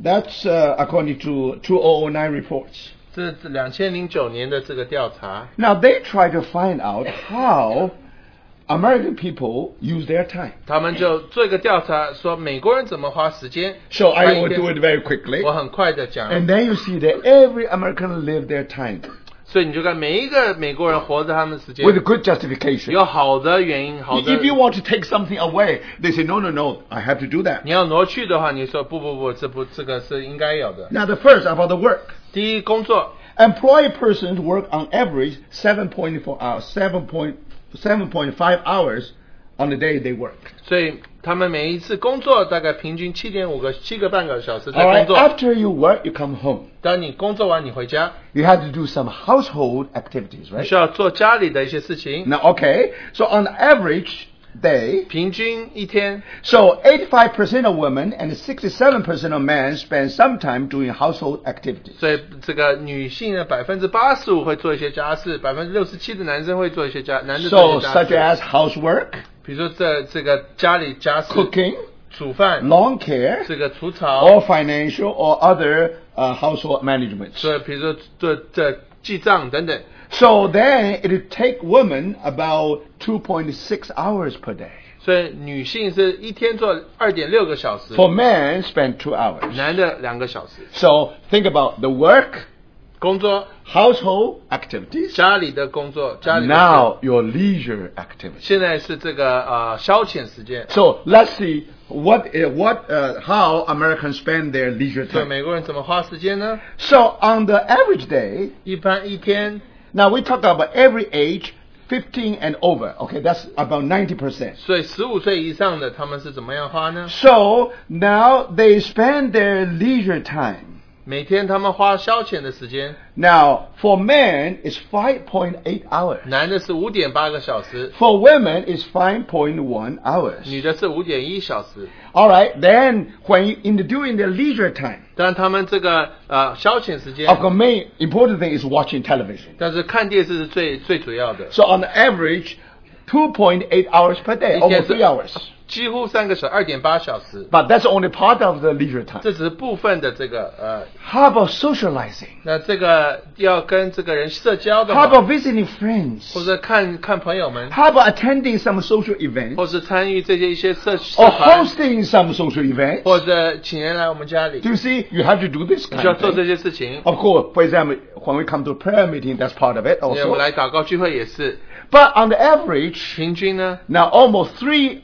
S3: That's uh, according to 2009 reports.
S2: 这是两千零九年的这个调查，
S3: Now they try to find out how American people use their time.
S2: 他们就做一个调查，说美国人怎么花时间。
S3: So I
S2: 翻
S3: will
S2: 一
S3: do
S2: 篇
S3: it very quickly.
S2: 我很快的讲，
S3: And then you see that every American live their time
S2: 所以你就看每一个美国人活着他们的时间
S3: with a good justification.
S2: 有好的原因，好的。
S3: If you want to take something away, they say, no, no, no, I have to do that.
S2: 你要挪去的话，你说不不不，这不这个是应该有的。
S3: Now, the first about the work.
S2: 第一，工作，
S3: Employed persons work on average uh, 7.4 hours, 7.5 hours on the day they work.
S2: 所以他们每一次工作大概平均七点五个七个半个小时在
S3: All
S2: 工
S3: right,
S2: 作。
S3: after you work, you come home.
S2: 当你工作完你回家，
S3: You have to do some household activities,
S2: 你
S3: right?
S2: 需要做家里的一些事情。
S3: Now, okay. So on average day,
S2: 平均一天，
S3: so 85% of women and 67% of men spend some time doing household activities.
S2: 所以这个女性呢，百分之八十五会做一些家事，百分之六十七的男生会做一些家，男的做一些
S3: So
S2: 家
S3: such
S2: 事。
S3: as housework,
S2: 比如说这这个家里家事、
S3: cooking,
S2: 煮饭、
S3: lawn care,
S2: 这个除草，
S3: or financial or other uh, household management.
S2: 这比如说这这记账等等。
S3: So then it would take women about 2.6 hours per day.
S2: 所以女性是一天做二点六个小时，
S3: For men, spend two hours.
S2: 男的两个小时。
S3: So think about the work,
S2: 工作，
S3: household activities.
S2: 家里的工作，家里的事
S3: Now your leisure activities.
S2: 现在是这个呃消遣时间，
S3: So let's see what uh, what uh, how Americans spend their leisure
S2: 所以
S3: time.
S2: 美国人怎么花时间呢？
S3: So on the average day,
S2: 一般一天，
S3: now we talk about every age, 15 and over. Okay, that's about 90%.
S2: 所以十五岁以上的他们是怎么样花呢？
S3: So now they spend their leisure time.
S2: 每天他们花消遣的时间，
S3: Now for men it's 5.8 hours.
S2: 男的是五点八个小时，
S3: For women it's 5.1 hours.
S2: 女的是五点一小时。
S3: All right, then when you, in the, during their leisure time,
S2: 但他们这个呃消遣时间，
S3: of course, main important thing is watching television.
S2: 但是看电视是最最主要的，
S3: So on average, 2.8 hours per day,
S2: It
S3: almost
S2: is-
S3: three hours.
S2: 几乎三个小二点八小时，
S3: But that's only part of the
S2: 这
S3: leisure time.
S2: 只是部分的这个呃，
S3: How about socializing?
S2: 那这个要跟这个人社交的话，
S3: How about visiting friends?
S2: 或者看看朋友们，
S3: How about attending some social events?
S2: 或是参与这些一些社社
S3: Or
S2: 团，
S3: hosting some social events?
S2: 或者请人来我们家里
S3: Do，you see? You have to do this
S2: 需要
S3: kind
S2: 做
S3: of
S2: 这
S3: thing.
S2: 些事情。
S3: Of course, for example, when we come to prayer meeting, that's part of it
S2: 对，我们
S3: also.
S2: 来祷告聚会也是，
S3: But on the average,
S2: 平均呢，
S3: now almost three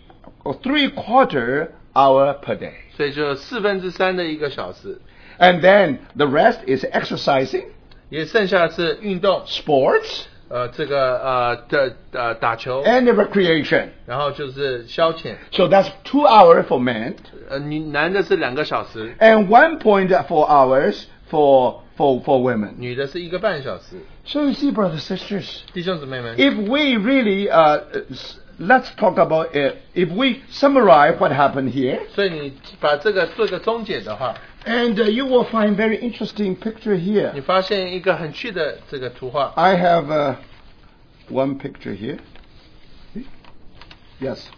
S3: or three quarter hour per day.
S2: 所以就四分之三的一个小时，
S3: And then the rest is exercising,
S2: 也剩下的是运动，
S3: sports,
S2: 呃，这个呃的呃打球，
S3: and recreation.
S2: 然后就是消遣，
S3: So that's two hours for men
S2: 呃，女男的是两个小时，
S3: and 1.4 hours for, for, for women.
S2: 女的是一个半小时。
S3: So you see, brothers and sisters,
S2: 弟兄姊妹们，
S3: if we really, uh, s- let's talk about it. If we summarize what happened here,
S2: 所以你把这个做个终结的话，
S3: and uh, you will find very interesting picture
S2: 你
S3: here.
S2: 发现一个很趣的这个图画，
S3: I have uh, one picture here. Yes.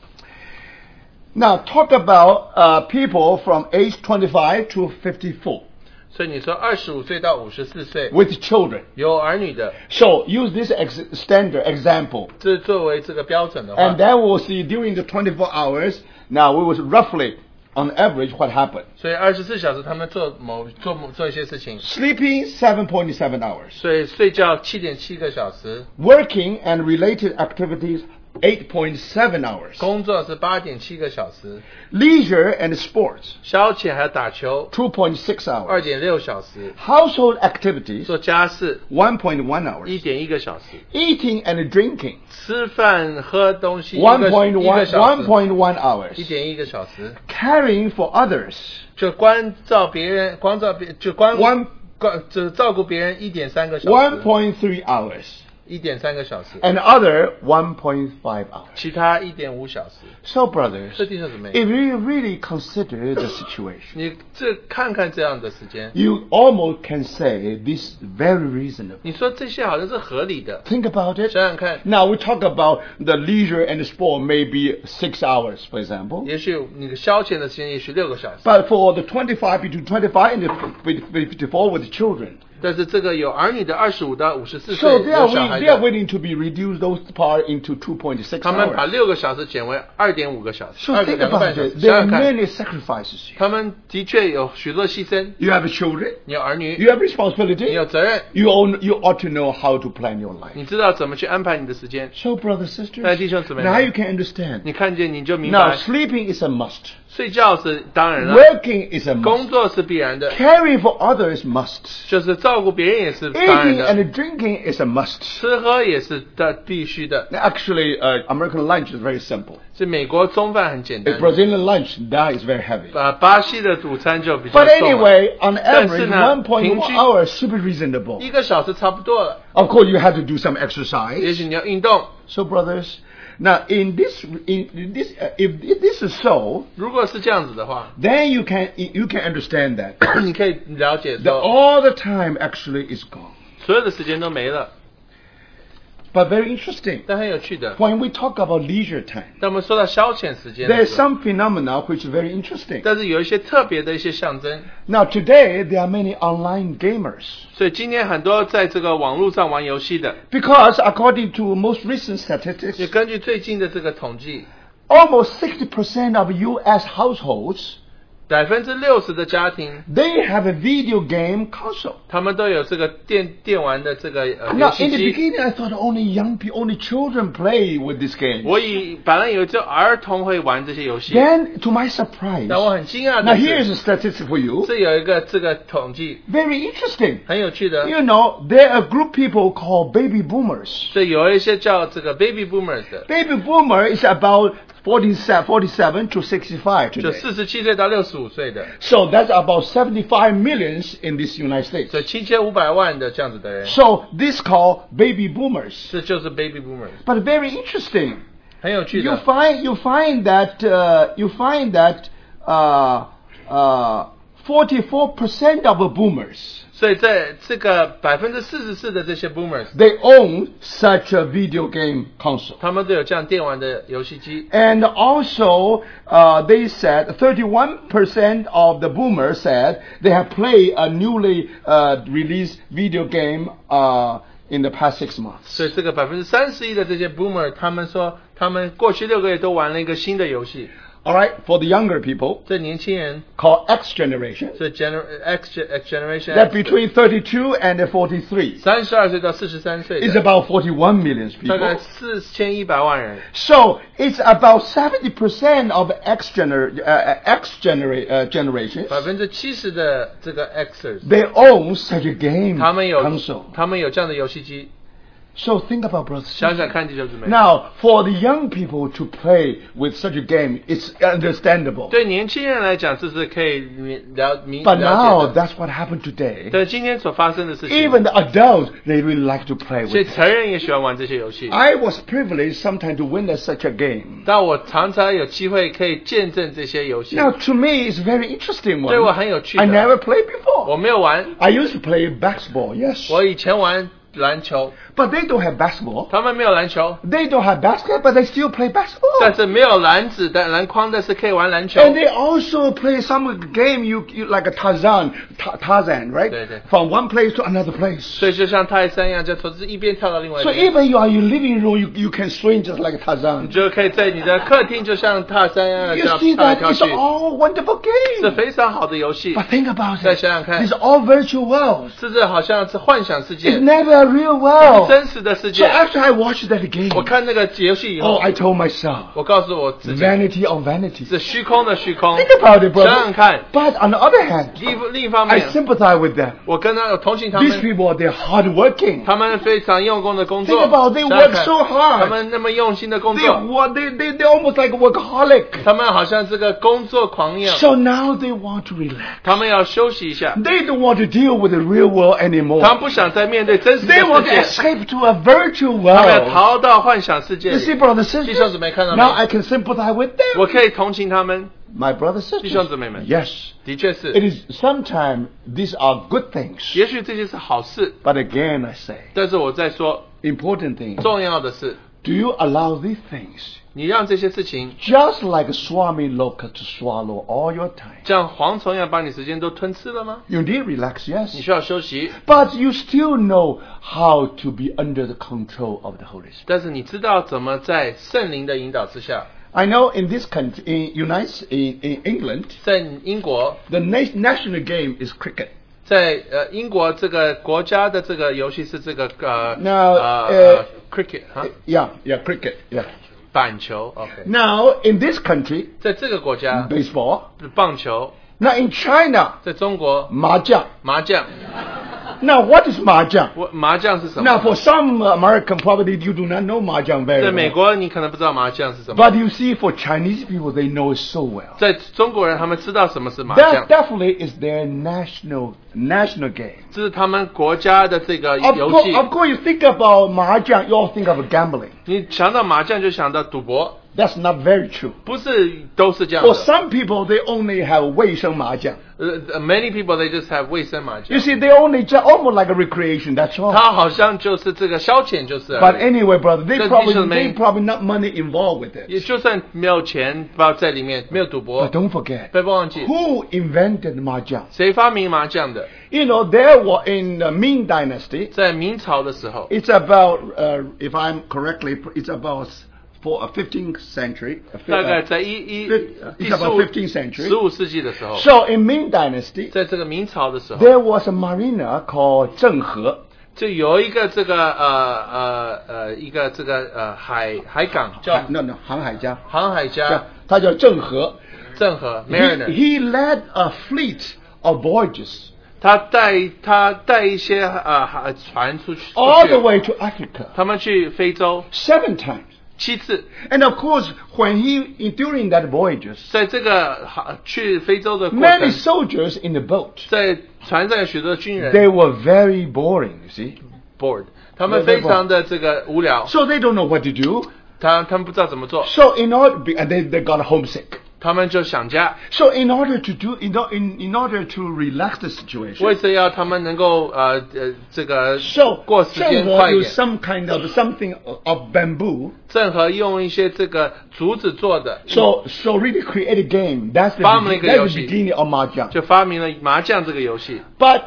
S3: Now talk about uh, people from age 25 to 54
S2: 所以你说二十五岁到五十四岁
S3: with children.
S2: 有儿女的，
S3: So use this ex- standard example.
S2: 这作为这个标准的话，
S3: And then we'll see during the 24 hours, now we will roughly, on average, what happened.
S2: 所以二十四小时他们做某做某做一些事情，
S3: Sleeping, 7.7 hours.
S2: 所以睡觉七点七个小时，
S3: Working and related activities, 8.7 hours.
S2: 工作是八点七个小时，
S3: Leisure and sports,
S2: 消遣还有打球
S3: 2.6
S2: 二
S3: hours.
S2: 点六小时，
S3: Household activities,
S2: 做家事
S3: 1.1
S2: 一
S3: hours.
S2: 点一个小时，
S3: Eating and drinking,
S2: 吃饭喝东西一个一个
S3: 1.1,
S2: 小时，
S3: 1.1
S2: 一
S3: hours.
S2: 点一个小时。
S3: Caring for others,
S2: 就关照别人，关照别就关
S3: One-
S2: 关就照顾别人一点三个小时，
S3: 1.3 hours.
S2: 一点三个小时，
S3: And other, 1.5 hours.
S2: 其他一点五小时。
S3: So, brothers,
S2: 这弟兄姊妹，
S3: If you really consider the situation,
S2: 你这看看这样的时间，
S3: you almost can say this is very reasonable.
S2: 你说这些好像是合理的。
S3: Think about it.
S2: 想想看，
S3: Now we talk about the leisure and the sport, maybe six hours, for example.
S2: 也许你消遣的时间也许六个小时，
S3: But for the 25, between 25 and the 54 with the children.
S2: 但是这个有儿女的二十五到五十四
S3: So
S2: 岁
S3: they
S2: 有
S3: are,
S2: 小
S3: wi-
S2: 孩
S3: they are
S2: 的，
S3: willing to be reduced those part into 2.6
S2: 他们把
S3: hours.
S2: 六个小时减为二点五个小时，
S3: So
S2: 二个
S3: think
S2: 两个半
S3: about
S2: 小
S3: it.
S2: 时。
S3: There
S2: 想想
S3: are
S2: 看，
S3: many sacrifices here.
S2: 他们的确有许多牺牲，
S3: You have children.
S2: 你有儿女，
S3: You have
S2: 你
S3: responsibility.
S2: 有责任，
S3: You, own, you ought to know how to plan your life.
S2: 你知道怎么去安排你的时间。
S3: So, brothers sisters,
S2: 那弟兄姊妹们，
S3: now you can
S2: 你
S3: understand.
S2: 看见你就明
S3: Now,
S2: 白，
S3: sleeping is a must.
S2: 睡觉是当然了，
S3: Working is a
S2: 工
S3: must.
S2: 作是必然的，
S3: Caring for others must.
S2: 就是照顾别人也是当然
S3: Eating
S2: 的，
S3: and drinking is a must.
S2: 吃喝也是的必须的。
S3: Actually, uh, American lunch is very simple.
S2: 这美国中饭很简
S3: A
S2: 单，
S3: Brazilian lunch that is very heavy.
S2: 把巴西的午餐就比较
S3: But
S2: 重了，
S3: anyway, on average,
S2: 但是呢，
S3: 1.1
S2: 平均-
S3: hour is super reasonable.
S2: 一个小时差不多了。
S3: Of course, you have to do some
S2: 也
S3: exercise.
S2: 许你要运动。
S3: So, brothers, now in this, in, in this, uh, if, if this is so,
S2: 如果是这样子的话， [clears throat]
S3: then you can you can understand [coughs] that
S2: 你可以了解
S3: that
S2: 说，
S3: all the time actually is gone.
S2: 所有的时间都没了，
S3: But very interesting.
S2: 但很有趣的。
S3: When we talk about leisure time,
S2: 但我们说到消遣时间的
S3: there's
S2: 时候，
S3: some phenomena which is very interesting.
S2: 但是有一些特别的一些象征。
S3: Now today there are many online gamers
S2: 所以今天很多在这个网络上玩游戏的，
S3: because according to most recent statistics,
S2: 也根据最近的这个统计，
S3: almost 60% of U.S. households
S2: 百分之六十的家庭
S3: they have a video game console.
S2: 他们都有这个电电玩的这个呃游
S3: Now
S2: 戏
S3: in the
S2: 机。
S3: beginning I thought only young people, only children play with this game.
S2: 我以本来以为只有儿童会玩这些游戏，
S3: Then to my surprise,
S2: 但我很惊讶
S3: now
S2: 的
S3: here is
S2: 是，
S3: a statistic for you.
S2: 这有一个这个统计
S3: Very interesting.
S2: 很有趣的。
S3: You know, there are a group people called baby boomers.
S2: 所以有一些叫这个 baby boomers 的，
S3: Baby boomer is about 47, 47 to 65
S2: 就
S3: today.
S2: 四十七岁到六十五岁的，
S3: So that's about 75 millions in this United
S2: 所
S3: States.
S2: 以七千五百万的这样子的人，
S3: So this called baby boomers.
S2: 这就是 baby boomers，
S3: But very interesting.
S2: 很有趣
S3: You
S2: 的。
S3: find you find that uh, you find that uh, uh, 44% of the boomers
S2: 所以在这个百分之四十四的这些 boomers，
S3: they own such a video game console.
S2: 他们都有这样电玩的游戏机，
S3: And also, uh, they said 31% of the boomers said they have played a newly uh, released video game uh, in the past six months.
S2: 所以这个百分之三十一的这些 boomer，他们说他们过去六个月都玩了一个新的游戏。
S3: All right, for the younger people,
S2: 这年轻人
S3: called X generation,
S2: 是 gener X X generation
S3: that between 32 and 43
S2: 三十二岁到四十三岁
S3: is
S2: 的，
S3: about 41 million
S2: 大概
S3: people.
S2: 四千一百万人，
S3: So it's about 70% of X, gener- uh, uh, X genera- uh, generations.
S2: 百分之七十的这个 Xers，
S3: They own such a game
S2: 他们有
S3: console.
S2: 他们有这样的游戏机。
S3: So think about brothers.
S2: 想想看，弟兄姊妹，
S3: Now, for the young people to play with such a game, it's understandable.
S2: 对年轻人来讲，这是可以明了明
S3: But
S2: 了
S3: now
S2: 解的。
S3: that's what happened today.
S2: 对今天所发生的事情，
S3: Even the adults, they really like to play
S2: 所以
S3: with.
S2: 成人也喜欢玩这些游戏。
S3: I was privileged sometime to witness such a game.
S2: 但我常常有机会可以见证这些游戏，
S3: Now, to me, it's very interesting one.
S2: 对我很有趣的。
S3: I never played
S2: 我
S3: before.
S2: 没有玩，
S3: I used to play basketball, yes.
S2: 我以前玩篮球，
S3: But they don't have basketball.
S2: 他们没有篮球，
S3: They don't have basketball, but they still play
S2: 但
S3: basketball.
S2: 是没有篮子的篮筐，但是可以玩篮球。
S3: And they also play some game you, you like a Tarzan, Ta- Tarzan, right?
S2: 对，对。
S3: From one place to another place.
S2: 所以就像泰山一样，就从这一边跳到另外一
S3: So
S2: 边。
S3: even you are in your living room, you, you can swing just like Tarzan.
S2: 你就可以在你的客厅，就像泰山一样
S3: [laughs] You
S2: 这样
S3: see
S2: 跳来
S3: that
S2: 跳
S3: it's
S2: 去，
S3: all wonderful
S2: 是
S3: game.
S2: 非常好的游戏。
S3: But think about it.
S2: 再想想看。
S3: It's all virtual world.
S2: 这是好像是幻想世界
S3: It's，never a real world.
S2: 真实的世
S3: So
S2: 界。
S3: after I watched that game,
S2: 我看那个游戏以后，
S3: oh, I told myself,
S2: 我告诉我自己，
S3: vanity on vanity.
S2: 是虚空的虚空。
S3: Think about it,
S2: 想想看。
S3: brother. But on the other hand,
S2: 另另一方
S3: I
S2: 面，
S3: sympathize with them.
S2: 我跟他有同情他们，
S3: These people, they're hardworking.
S2: 他们非常用功的工作
S3: Think about it, they
S2: 想想看
S3: work so hard.
S2: 他们那么用心的工
S3: They,
S2: 作，
S3: wa- they, they, they're almost like a workaholic.
S2: 他们好像这个工作狂一样，
S3: So now they want to relax.
S2: 他们要休息一下，
S3: They don't want to deal with the real world
S2: 他们
S3: anymore.
S2: 不想再面对真实的
S3: They want
S2: 世
S3: to
S2: 界，
S3: escape to a virtual
S2: 他们要
S3: world.
S2: 逃到幻想世界
S3: You see,
S2: 里。
S3: brothers and
S2: 弟兄姊妹，看到没？
S3: sisters, now I can sympathize with
S2: 我
S3: them.
S2: 可以同情他们，
S3: My brothers and sisters,
S2: 弟兄姊妹们。
S3: yes,
S2: 的确
S3: it
S2: 是，
S3: is sometimes these are good things.
S2: 也许这些是好事，
S3: But again, I say,
S2: 但是我在说
S3: important thing.
S2: 重要的是，
S3: Do you allow these things,
S2: 你让这些事情
S3: just like a swarming locust, to swallow all your time?
S2: 像蝗虫一样把你时间都吞吃了吗？
S3: You need relax,
S2: 你
S3: yes.
S2: 需要休息，
S3: But you still know how to be under the control of the Holy Spirit.
S2: 但是你知道怎么在圣灵的引导之下，
S3: I know in this country, in United, in, in England,
S2: 在英国，
S3: the na- national game is cricket.
S2: 在呃英国这个国家的这个游戏是这个呃
S3: Now，
S2: 呃
S3: 呃
S2: 呃 cricket 啊
S3: Yeah, yeah, cricket. Yeah.
S2: 板球，OK，
S3: Now in this country,
S2: 在这个国家
S3: baseball.
S2: 棒球，
S3: Now in China,
S2: 在中国
S3: mahjong.
S2: 麻将，
S3: Now, what is mahjong?
S2: 我麻将是什
S3: Now,
S2: 么
S3: for？some American, probably you do not know mahjong
S2: 在
S3: very
S2: 美
S3: well.
S2: 国，你可能不知道麻将是什么。
S3: But you see, for Chinese people, they know it so well.
S2: 在中国人，他们知道什么是麻将
S3: That，definitely is their national national game.
S2: 这是他们国家的这个
S3: Of
S2: 游
S3: course,
S2: 戏。
S3: of course, you think about mahjong, you all think of gambling.
S2: 你想到麻将就想到赌博，
S3: That's not very true.
S2: 不是都是这样
S3: For
S2: 的。
S3: some people, they only have 卫生 mahjong.
S2: 呃，many people they just have 卫生麻将，
S3: You see, they only just almost like a recreation. That's all.
S2: 他好像就是这个消遣，就是而已。
S3: But anyway, brother, they
S2: Does
S3: probably
S2: Bishop
S3: they
S2: mean-
S3: probably not money involved with it.
S2: 也就算没有钱包在里面，没有赌博
S3: But，don't forget,
S2: 不要忘记
S3: who invented mahjong?
S2: 谁发明麻将的？
S3: You know, there were in the Ming Dynasty.
S2: 在明朝的时候，
S3: It's about, uh, if I'm correctly, it's about for a 15th century. a fi-
S2: 大概
S3: uh,
S2: 在一一
S3: It's
S2: 第
S3: about
S2: 十
S3: 15th century.
S2: 五世纪的时候，
S3: So in Ming Dynasty,
S2: 在这个明朝的时候，
S3: there was a marina called Zhenghe.
S2: 就有一个这个呃呃呃一个这个呃海海港叫
S3: No, no, 航海家.
S2: 航海家
S3: 他叫郑和。
S2: 郑和
S3: He,
S2: Uh, Mariner，
S3: he led a fleet of voyages
S2: 他带他带一些呃海船出去，
S3: all
S2: 出去
S3: the way to Africa
S2: 他们去非洲
S3: seven times.
S2: 七次，
S3: And of course, when he during that voyages,
S2: 在这个航去非洲的过程，
S3: many soldiers in the boat
S2: 在船上有许多军人
S3: they were very boring. You see,
S2: bored，他们
S3: They- they
S2: 非常的这个无聊，
S3: so they don't know what to do.
S2: 他他们不知道怎么做，
S3: So in order, be- and they, they got homesick.
S2: 他们就想家。
S3: So in order to do in o- in, in order to relax the
S2: 为
S3: situation.
S2: 此要他们能够呃呃这个
S3: So
S2: 过时间快一
S3: use
S2: 点。
S3: some kind of something of bamboo.
S2: 郑和用一些这个竹子做的，
S3: So so really create a game. That's the,
S2: Family
S3: begin- that's the
S2: 游戏。
S3: beginning of mahjong.
S2: 就发明了麻将这个游戏。
S3: But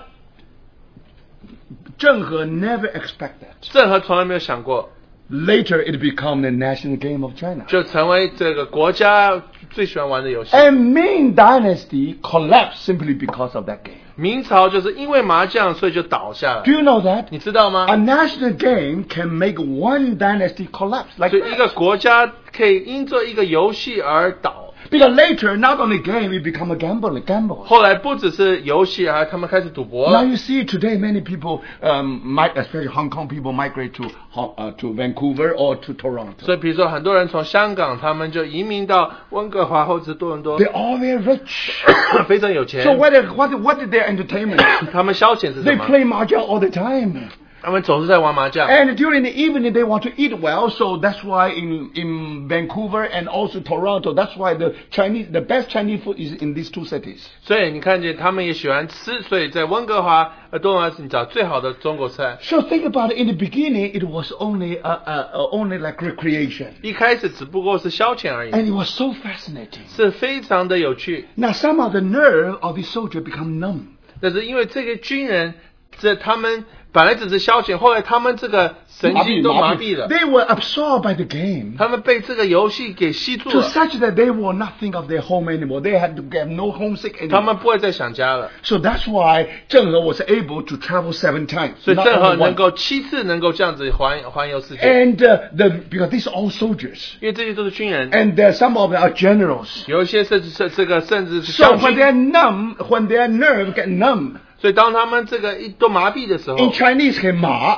S3: Zhenghe never expected.
S2: 郑和从来没有想过，
S3: Later, it became the national game of China.
S2: 就成为这个国家最喜欢玩的游戏。
S3: And Ming Dynasty collapsed simply because of that game.
S2: 明朝就是因为麻将，所以就倒下了
S3: Do。you know that?
S2: 你知道吗
S3: A？national game can make one dynasty collapse like
S2: 就一个
S3: that.
S2: 国家可以因做一个游戏而倒。
S3: Because later, not only game, it become a gambling, gamble.
S2: 后来不只是游戏啊，他们开始赌博
S3: Now
S2: 了。
S3: you see today, many people, um, mi- especially Hong Kong people, migrate to Hong- uh, to Vancouver or to Toronto.
S2: 所以，比如说，很多人从香港，他们就移民到温哥华或者是多伦多
S3: They，all very rich.
S2: [coughs] 非常有钱
S3: so。what? is- What? What is their entertainment?
S2: 他们消遣是什
S3: they
S2: 么？
S3: play mahjong all the time.
S2: 他们总是在玩麻将。
S3: And during the evening, they want to eat well, so that's why in, in Vancouver and also Toronto, that's why the Chinese, the best Chinese food is in these two cities.
S2: 所以你看见他们也喜欢吃，所以在温哥华、呃，东华你找最好的中国菜。
S3: So think about it. In the beginning, it was only, uh, uh, uh, only like recreation,
S2: 一开始只不过是消遣而已，
S3: and it was so fascinating.
S2: 是非常的有趣。
S3: Now somehow the nerve of the soldier become numb.
S2: 但是因为这个军人，这他们本来只是消遣，后来他们这个神经都麻痹了，
S3: They were absorbed by the game
S2: 他们被这个游戏给吸住
S3: to
S2: 了，
S3: such that they will not think of their home anymore. They had to get no homesick
S2: 他
S3: anymore.
S2: 们不会再想家了。
S3: So that's why Zheng He was able to travel seven times.
S2: 所以
S3: not
S2: 郑
S3: only
S2: 和
S3: once.
S2: 能够七次能够这样子环环游世界，
S3: And uh, the, because these are all soldiers,
S2: 因为这些都是军人，
S3: and uh, some of them are generals.
S2: 有一些甚至是这个甚至是
S3: So
S2: 将
S3: when
S2: 军，
S3: they're numb, when their nerve get numb,
S2: 所以当他们这个一都麻痹的时候
S3: in，Chinese, hey, ma,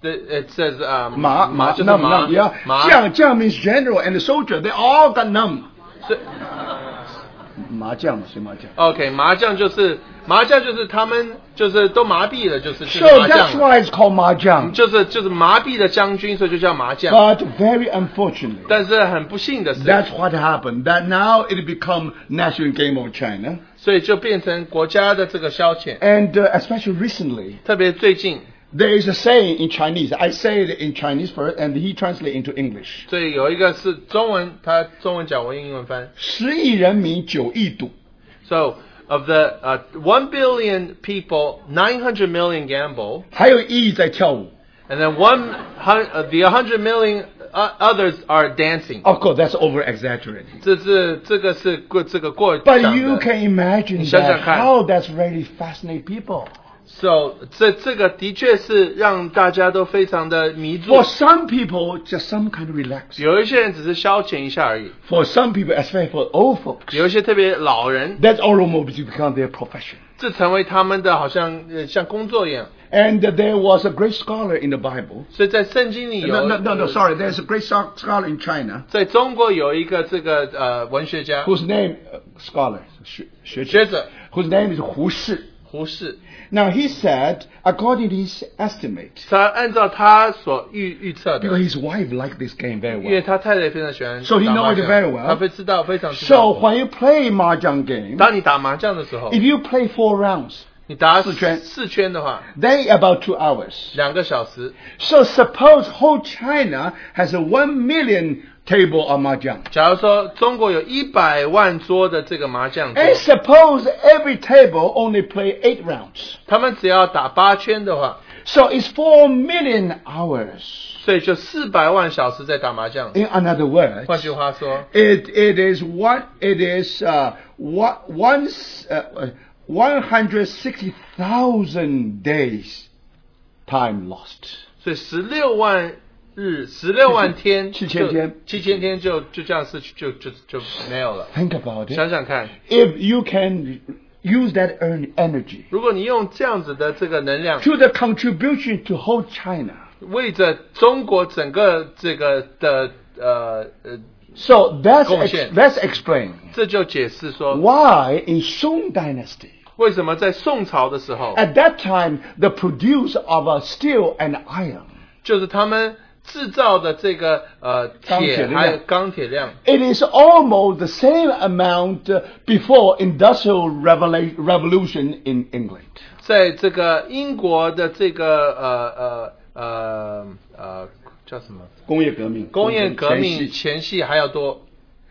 S2: The, it says 啊、
S3: ma,
S2: 麻
S3: ma,
S2: 就是
S3: numb,
S2: 麻
S3: numb, yeah.
S2: 麻
S3: Jiang, jiang means general and the soldier. They all got numb.
S2: 是
S3: 麻将, say 麻将.
S2: OK 麻将就是麻将就是他们就是都麻痹了，就是就是
S3: So
S2: 麻
S3: that's
S2: 将了
S3: why it's called mahjong.
S2: 就是就是麻痹的将军，所以就叫麻将。
S3: But very unfortunately,
S2: 但是很不幸的是，
S3: that's what happened. That now it become national game of China,
S2: 所以就变成国家的这个消遣。
S3: and uh, especially recently,
S2: 特别最近，
S3: There is a saying in Chinese. I say it in Chinese first, and he translate into English.
S2: 所以有一个是中文，他中文讲，我用英文翻。
S3: 十亿人民九亿赌。
S2: So of the uh, one billion people, nine hundred million gamble,
S3: 还有一亿在跳舞。
S2: and then one hun- uh, the hundred million uh, others are dancing.
S3: Of course, that's over exaggerating.
S2: 这是这个是过这个过
S3: But
S2: 讲
S3: you
S2: 的
S3: can imagine
S2: 你想想看。
S3: that how that's really fascinate people.
S2: So 这这个的确是让大家都非常的迷住
S3: For。some people, just some kind of relax.
S2: 有一些人只是消遣一下而已，
S3: For some people, especially for old folks,
S2: 有一些特别老人，
S3: that almost become their profession.
S2: 这成为他们的好像呃像工作一样。
S3: And there was a great scholar in the Bible.
S2: 所以在圣经里有
S3: No, no, no, no,
S2: 呃
S3: sorry. There's a great scho- scholar in China
S2: 在中国有一个这个呃文学家
S3: whose name, uh, scholar, 学-学者
S2: 学者
S3: whose name is Hu Shi.
S2: 胡适，
S3: Now he said, according to his estimate,
S2: 他按照他所预预测的
S3: because，his wife liked this game very
S2: 因为
S3: well.
S2: 他太太非常喜欢
S3: So he
S2: 打麻
S3: know it
S2: 将
S3: very well.
S2: 他非知道非常知
S3: So
S2: 道。
S3: when you play mahjong game,
S2: 当你打麻将的时候，
S3: if you play four rounds,
S2: 你打
S3: 四圈
S2: 四圈的话，
S3: they about two hours.
S2: 两个小时。
S3: So suppose whole China has a one million table of mahjong.
S2: 假如说中国有一百万桌的这个麻将桌，
S3: And suppose every table only play eight rounds.
S2: 他们只要打八圈的话，
S3: So it's four million hours.
S2: 所以就四百万小时在打麻将。
S3: In another word,
S2: 换句话说，
S3: it, it is one it is uh, one, one, s- uh, uh, 160,000 days time lost.
S2: 所以十六万日、十六万天、
S3: 七千天
S2: 七千天就就这样失去，就就就没有了。
S3: Think about
S2: 想
S3: it.
S2: 想看，
S3: If you can use that earn energy
S2: 如果你用这样子的这个能量，
S3: to the contribution to whole China,
S2: 为着中国整个这个的呃呃，
S3: so that's ex-
S2: 贡献。
S3: that's explained
S2: 这就解释说，
S3: why in Song Dynasty
S2: 为什么在宋朝的时候，
S3: At that time, the produce of uh, steel and iron,
S2: 就是他们制造的这个呃
S3: 钢铁
S2: 铁
S3: 的
S2: 还有
S3: 量
S2: 钢铁量，
S3: it is almost the same amount uh, before industrial revela- revolution in England.
S2: 在这个英国的这个呃呃呃呃叫什么工业革命前夕还要多，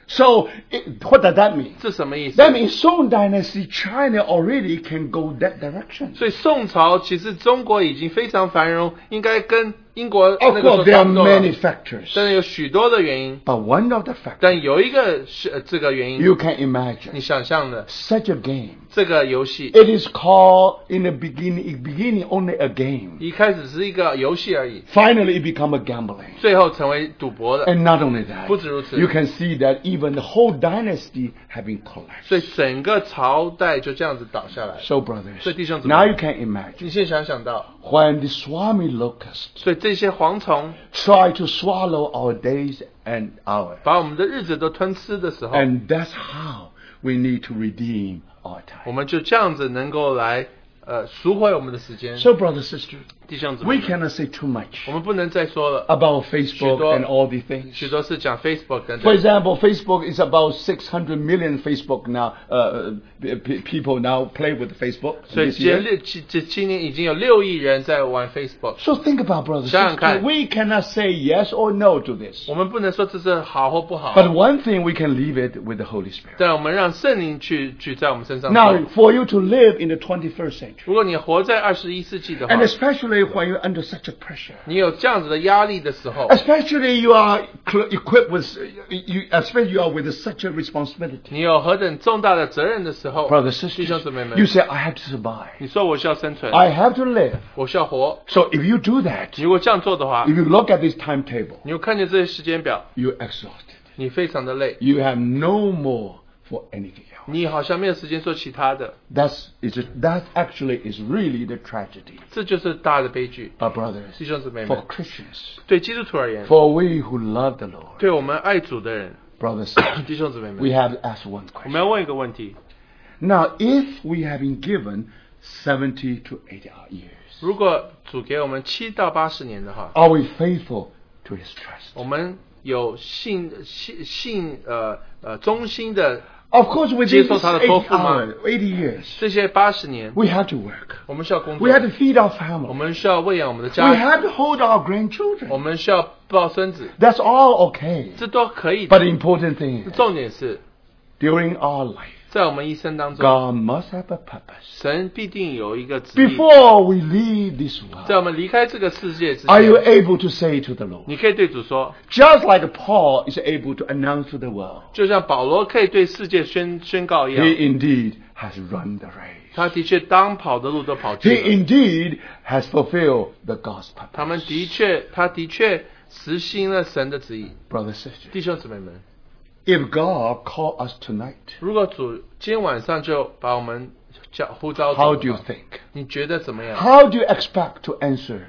S3: So, it, what does that mean?
S2: 这什么意思？
S3: That means Song Dynasty China already can go that direction.
S2: 所以宋朝其实中国已经非常繁荣，应该跟英国那
S3: Of
S2: 个时候
S3: course, there
S2: 差
S3: are
S2: 不多了
S3: many。factors,
S2: 但是有许多的原因，
S3: but one of the factors
S2: 但有一个是、呃这个原因，
S3: you can
S2: 你
S3: imagine
S2: 想象的
S3: such a game.
S2: 这个游戏，
S3: It is called in the beginning, in beginning only a game.
S2: 一开始是一个游戏而已，
S3: Finally, it become a gambling.
S2: 最后成为赌博的。
S3: And not only that,
S2: 不止如此。
S3: you can see that even the whole dynasty have been collapsed.
S2: 所以整个朝代就这样子倒下来。
S3: So, brothers,
S2: 所以弟兄姊妹，
S3: now you can
S2: 你
S3: imagine
S2: 现在想想到，
S3: when the Swami locust
S2: 所以这些蝗虫
S3: try to swallow our days and hours,
S2: 把我们的日子都吞吃的时候，
S3: and that's how we need to redeem our
S2: 我
S3: time.
S2: 们就这样子能够来呃赎回我们的时间。
S3: So, brothers, sisters,
S2: 弟兄姊妹
S3: we，cannot say too much
S2: 我们不能再说了。
S3: about Facebook
S2: 许多-
S3: and all the things.
S2: 许多是讲 Facebook 等
S3: For
S2: 等，
S3: example, Facebook is about 600 million Facebook now uh, uh, p- p- people now play with Facebook.
S2: 所以
S3: this
S2: 今
S3: year.
S2: 六今今今年已经有六亿人在玩 Facebook。
S3: So think about, brothers.
S2: 想想看。
S3: sisters, We cannot say yes or no to this.
S2: 我们不能说这是好或不好，
S3: But one thing we can leave it with the Holy Spirit.
S2: 但我们让圣灵去去在我们身上做。
S3: Now, for you to live in the 21st century,
S2: 如果你活在二十一世纪的话
S3: and，especially when you're under such a pressure,
S2: 你有这样子的压力的时候，
S3: especially you are cl- equipped with, you, especially you are with such a responsibility.
S2: 你有何等重大的责任的时候，
S3: Brothers,
S2: 弟
S3: sisters,
S2: 兄姊妹们
S3: you，say, I have to survive.
S2: 你说我需要生存，
S3: I have to live.
S2: 我需要活。
S3: So if you do that,
S2: 如果这样做的话，
S3: if you look at this timetable,
S2: 你会看见这些时间表，
S3: you're exhausted.
S2: 你非常的累，
S3: You have no more for anything else.
S2: 你好像没有时间做其他的，
S3: That's, is it, that actually is really the tragedy.
S2: 这就是大的悲剧。
S3: But brothers,
S2: 弟兄姊妹
S3: for
S2: 们，
S3: Christians,
S2: 对基督徒而言，
S3: for we who love the Lord,
S2: 对我们爱主的人，
S3: brothers, [coughs]
S2: 弟兄姊妹们，
S3: we have to ask one
S2: 我
S3: question.
S2: 们要问一个问题：
S3: Now, if we have been given 70 to 80 years,
S2: 如果主给我们七到八十年的话，
S3: are we faithful to His trust?
S2: 我们有信信信呃呃忠心的
S3: Of course, within this
S2: 接受他的
S3: 80,
S2: 托付吗？
S3: hour, 80 years,
S2: 这些八十年，
S3: we have to work.
S2: 我们需要工作，
S3: We have to feed our
S2: 我
S3: family.
S2: 们需要喂养我们的
S3: We
S2: 家人，
S3: have to hold our
S2: 我
S3: grandchildren.
S2: 们需要抱孙子，
S3: That's all okay.
S2: 这都可以
S3: But
S2: 的。
S3: the important thing is,
S2: 重点是
S3: during our life,
S2: 在我们一生当中，
S3: God must have a purpose.
S2: 神必定有一个旨意。
S3: Before we leave this
S2: 在
S3: world,
S2: 我们离开这个世界之
S3: are you
S2: 前，
S3: able to say to the Lord,
S2: 你可以对主说，
S3: Just like Paul is able to announce to the world,
S2: 就像保罗可以对世界宣宣告一样，
S3: he indeed has run the race.
S2: 他的确当跑的路都跑去
S3: He
S2: 了，
S3: indeed has fulfilled the gospel.
S2: 他们的确，他的确实行了神的旨意。
S3: Brothers sisters,
S2: 弟兄姊妹们，
S3: if God called us tonight
S2: 如果主今晚上就把我们叫呼召走
S3: How do you
S2: 吧
S3: think?
S2: 你觉得怎么样？
S3: How do you expect to answer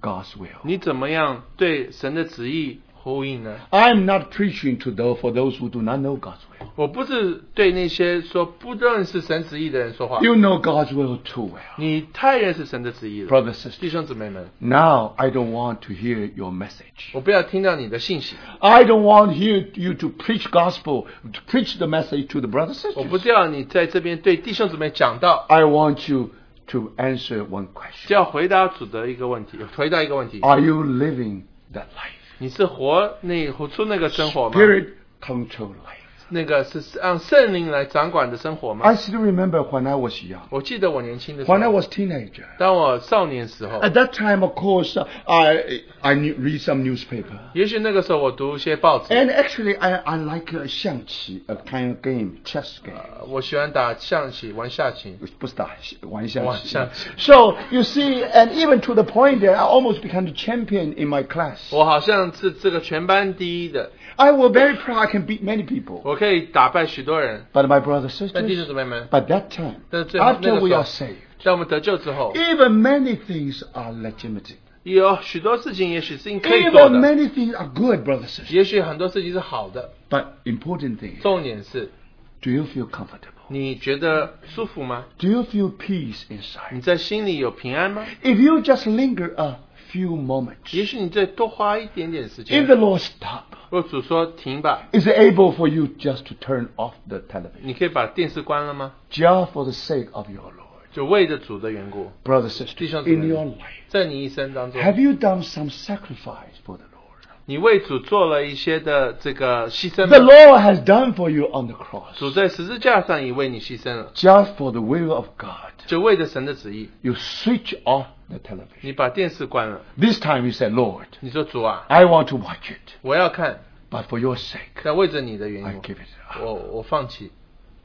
S3: God's will?
S2: 你怎么样对神的旨意呼应呢？
S3: I'm not preaching to those for those who do not know God's will.
S2: 我不是对那些说不认识神旨意的人说话。
S3: You know God's will too well.
S2: 你太认识神的旨意了，
S3: Brothers, sisters,
S2: 弟兄姊妹们，
S3: now I don't want to hear your message.
S2: 我不要听到你的信息，
S3: I don't want hear you to preach gospel, to preach the message to the brothers,
S2: 我不
S3: sisters.
S2: 是要你在这边对弟兄姊妹讲道，
S3: I want you to answer one
S2: 就
S3: question.
S2: 要回答主的一个问题，回答一个问题：
S3: Are you living that life?
S2: 你是活那活出那个生活吗？
S3: Spirit control life.
S2: 那个是让圣灵来掌管的生活
S3: I
S2: 吗？
S3: still remember when I was young,
S2: 我记得我年轻的时
S3: when I
S2: 候，
S3: was teenager.
S2: 当我少年时候，
S3: At that time, of course, I I knew, read some newspaper,
S2: 也许那个时候我读一些报纸，
S3: and actually I I like uh, 象棋, a kind of game, chess game.
S2: 呃我喜欢打象棋、玩下棋。
S3: 不是打玩象棋。
S2: 玩象棋。
S3: So you see, and even to the point that I almost became the champion in my class.
S2: 我好像是这个全班第一的，
S3: I was very proud. I can beat many people.
S2: 我可以打败许多人。
S3: But my brothers
S2: 但弟兄
S3: sisters,
S2: 姊妹们，
S3: by that time,
S2: 但最后-
S3: after
S2: 那个
S3: we
S2: 时候-
S3: are saved,
S2: 在我们得救之后，
S3: even many things are legitimate.
S2: 有许多事情也许是你可以做
S3: Even
S2: 的，
S3: many things are good, brothers sisters.
S2: 也许很多事情是好的。
S3: But important thing,
S2: 重点是，
S3: do you feel comfortable?
S2: 你觉得舒服吗？
S3: Do you feel peace
S2: 你
S3: inside?
S2: 在心里有平安吗？
S3: If you just linger a few moments,
S2: 也许你再多花一点点时
S3: if
S2: 间
S3: the。Lord stop,
S2: 若主说停吧，
S3: is able for you just to turn off the television.
S2: 你可以把电视关了吗？
S3: just for the sake of your Lord.
S2: 就为着主的缘故，
S3: Brother, sister,
S2: 弟兄姊妹。
S3: in your life,
S2: 在你一生当中，
S3: have you done some sacrifice for the Lord?
S2: 你为主做了一些的这个牺牲
S3: The
S2: 吗。
S3: Lord has done for you on the cross.
S2: 主在十字架上已为你牺牲了，
S3: Just for the will of God,
S2: 就为着神的旨意，
S3: you switch off the television.
S2: 你把电视关了。
S3: This time you say, Lord,
S2: 你说主啊，
S3: I want to watch it,
S2: 我要看，
S3: but for your sake,
S2: 但为着你的
S3: I
S2: 缘
S3: give it
S2: 故，
S3: up.
S2: 我我放弃。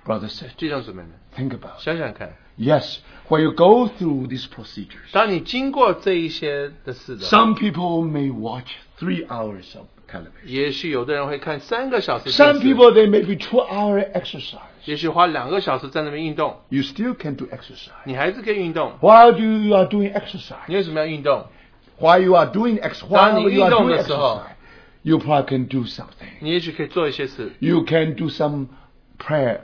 S3: Brother, sister,
S2: 弟兄姊妹们，
S3: think about it.
S2: 想想看，
S3: Yes, when you go through these procedures,
S2: 当你经过这一些的事的，
S3: some people may watch three hours of television.
S2: 也许有的人会看三个小时电
S3: Some
S2: 视，
S3: people, they may be two-hour exercise.
S2: 也许花两个小时在那边运动，
S3: You still can do exercise.
S2: 你还是可以运动。
S3: While you, you are doing exercise,
S2: 你为什么要运动？
S3: while you are doing ex, while you are doing
S2: 当你运动的时候，
S3: exercise, you probably can do something.
S2: 你也许可以做一些事，
S3: You can do some prayer,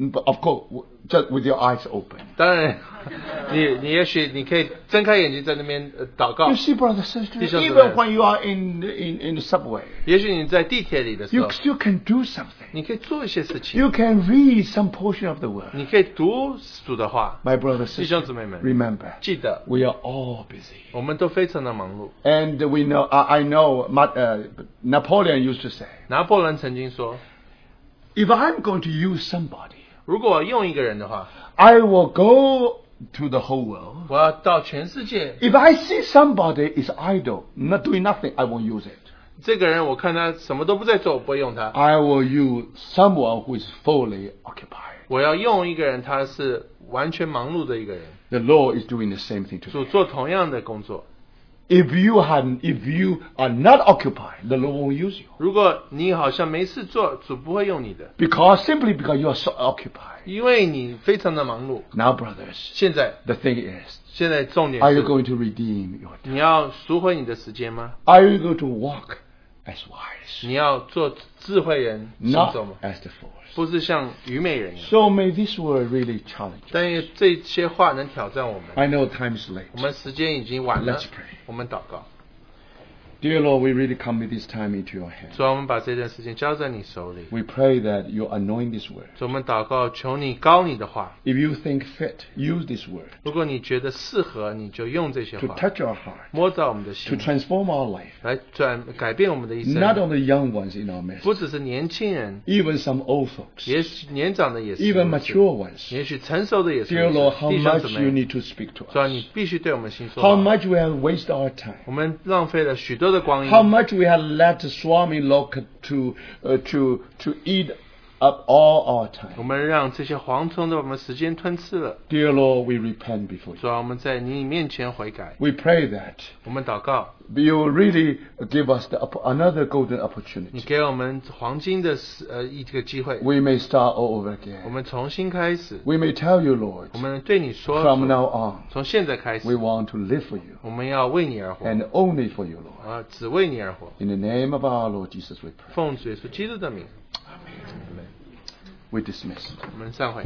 S3: but of course, w- just with your eyes open.
S2: 当然， [laughs] 你你也许你可以睁开眼睛在那边、呃祷告
S3: You，see, brother, sister,
S2: 弟兄姊妹。
S3: even when you are in in in the subway,
S2: 也许你在地铁里的时
S3: you
S2: 候，
S3: still can do something.
S2: 你可以做一些事情，
S3: You can read some portion of the word.
S2: 你可以读主的话。
S3: My
S2: 弟
S3: brother, sister,
S2: 兄姊妹们，
S3: remember,
S2: 记得
S3: we are all busy,
S2: 我们都非常的忙碌。
S3: and we know. I, I know. Ma- Uh, Napoleon used to say,
S2: 拿破仑曾经说，
S3: "If I'm going to use somebody."
S2: 如果用一个人的话，
S3: I will go to the whole world.
S2: 我要到全世界。
S3: If I see somebody is idle, not doing nothing, I won't use it.
S2: 这个人我看他什么都不在做，我不会用他。
S3: I will use someone who is fully occupied.
S2: 我要用一个人，他是完全忙碌的一个人，
S3: The Lord is doing the same thing to
S2: 主
S3: you.
S2: 做同样的工作。
S3: If you have, if you are not occupied, the Lord won't use you
S2: 如果你好像没事做，主不会用你的，
S3: because simply because you are so occupied.
S2: 因为你非常的忙碌。
S3: Now, brothers,
S2: 现在
S3: the thing is,
S2: 现在重点
S3: are you
S2: 是，
S3: going to redeem your?
S2: 你要赎回你的时间吗？
S3: Are you going to walk as wise,
S2: 你要做智慧人行走吗
S3: not？as the foolish?
S2: 不是像愚昧人一样。
S3: So may this word really challenge. us.
S2: 但愿这些话能挑战我们。
S3: I know time is late.
S2: 我们时间已经晚了
S3: 哎 Let's pray.，
S2: 我们祷告。
S3: Dear Lord, we really commit this time into your hands.
S2: 主啊，我们把这件事情交在你手里。
S3: We pray that you anoint this word.
S2: 主，我们祷告，求你高你的话。
S3: If you think fit, use this word
S2: 如果你觉得适合，你就用这些
S3: to
S2: 话，
S3: touch our heart,
S2: 摸到我们的
S3: to
S2: 心，
S3: transform our life,
S2: 来转改变我们的一
S3: not
S2: 生。
S3: only young ones in our midst,
S2: 不只是年轻人，
S3: even some old folks,
S2: 也许年长的也是如
S3: even
S2: 此，
S3: mature ones.
S2: 也许成熟的也是
S3: Dear
S2: 如
S3: Lord,
S2: 此。
S3: how
S2: 弟兄
S3: much
S2: 姊
S3: you
S2: 妹，
S3: need to speak to
S2: 主啊，
S3: us.
S2: 你必须对我们心说
S3: How
S2: 话。
S3: much we have wasted our
S2: 我
S3: time.
S2: 们浪费了许多的光阴
S3: How，much we have let the swarming locust to, uh, to, to eat up all our
S2: 我
S3: time.
S2: 们让这些蝗虫都把我们时间吞吃了。
S3: Dear Lord, we repent before
S2: 主
S3: you.
S2: 啊，我们在你面前悔改，
S3: We pray that
S2: 我们祷告，
S3: you really give us the, opp- another golden
S2: 你
S3: opportunity.
S2: 给我们黄金的时呃一个机会，
S3: We may start all over
S2: 我
S3: again.
S2: 们重新开始。
S3: We may tell you, Lord,
S2: 我们对你说，
S3: from
S2: 主
S3: now on,
S2: 从现在开
S3: we
S2: 始，
S3: want to live for you
S2: 我们要为你而活，
S3: and only for you, Lord.
S2: 啊，只为你而活。
S3: In the name of our Lord Jesus, we pray.
S2: 奉主耶稣基督的名，
S3: We dismiss.
S2: 我们散会。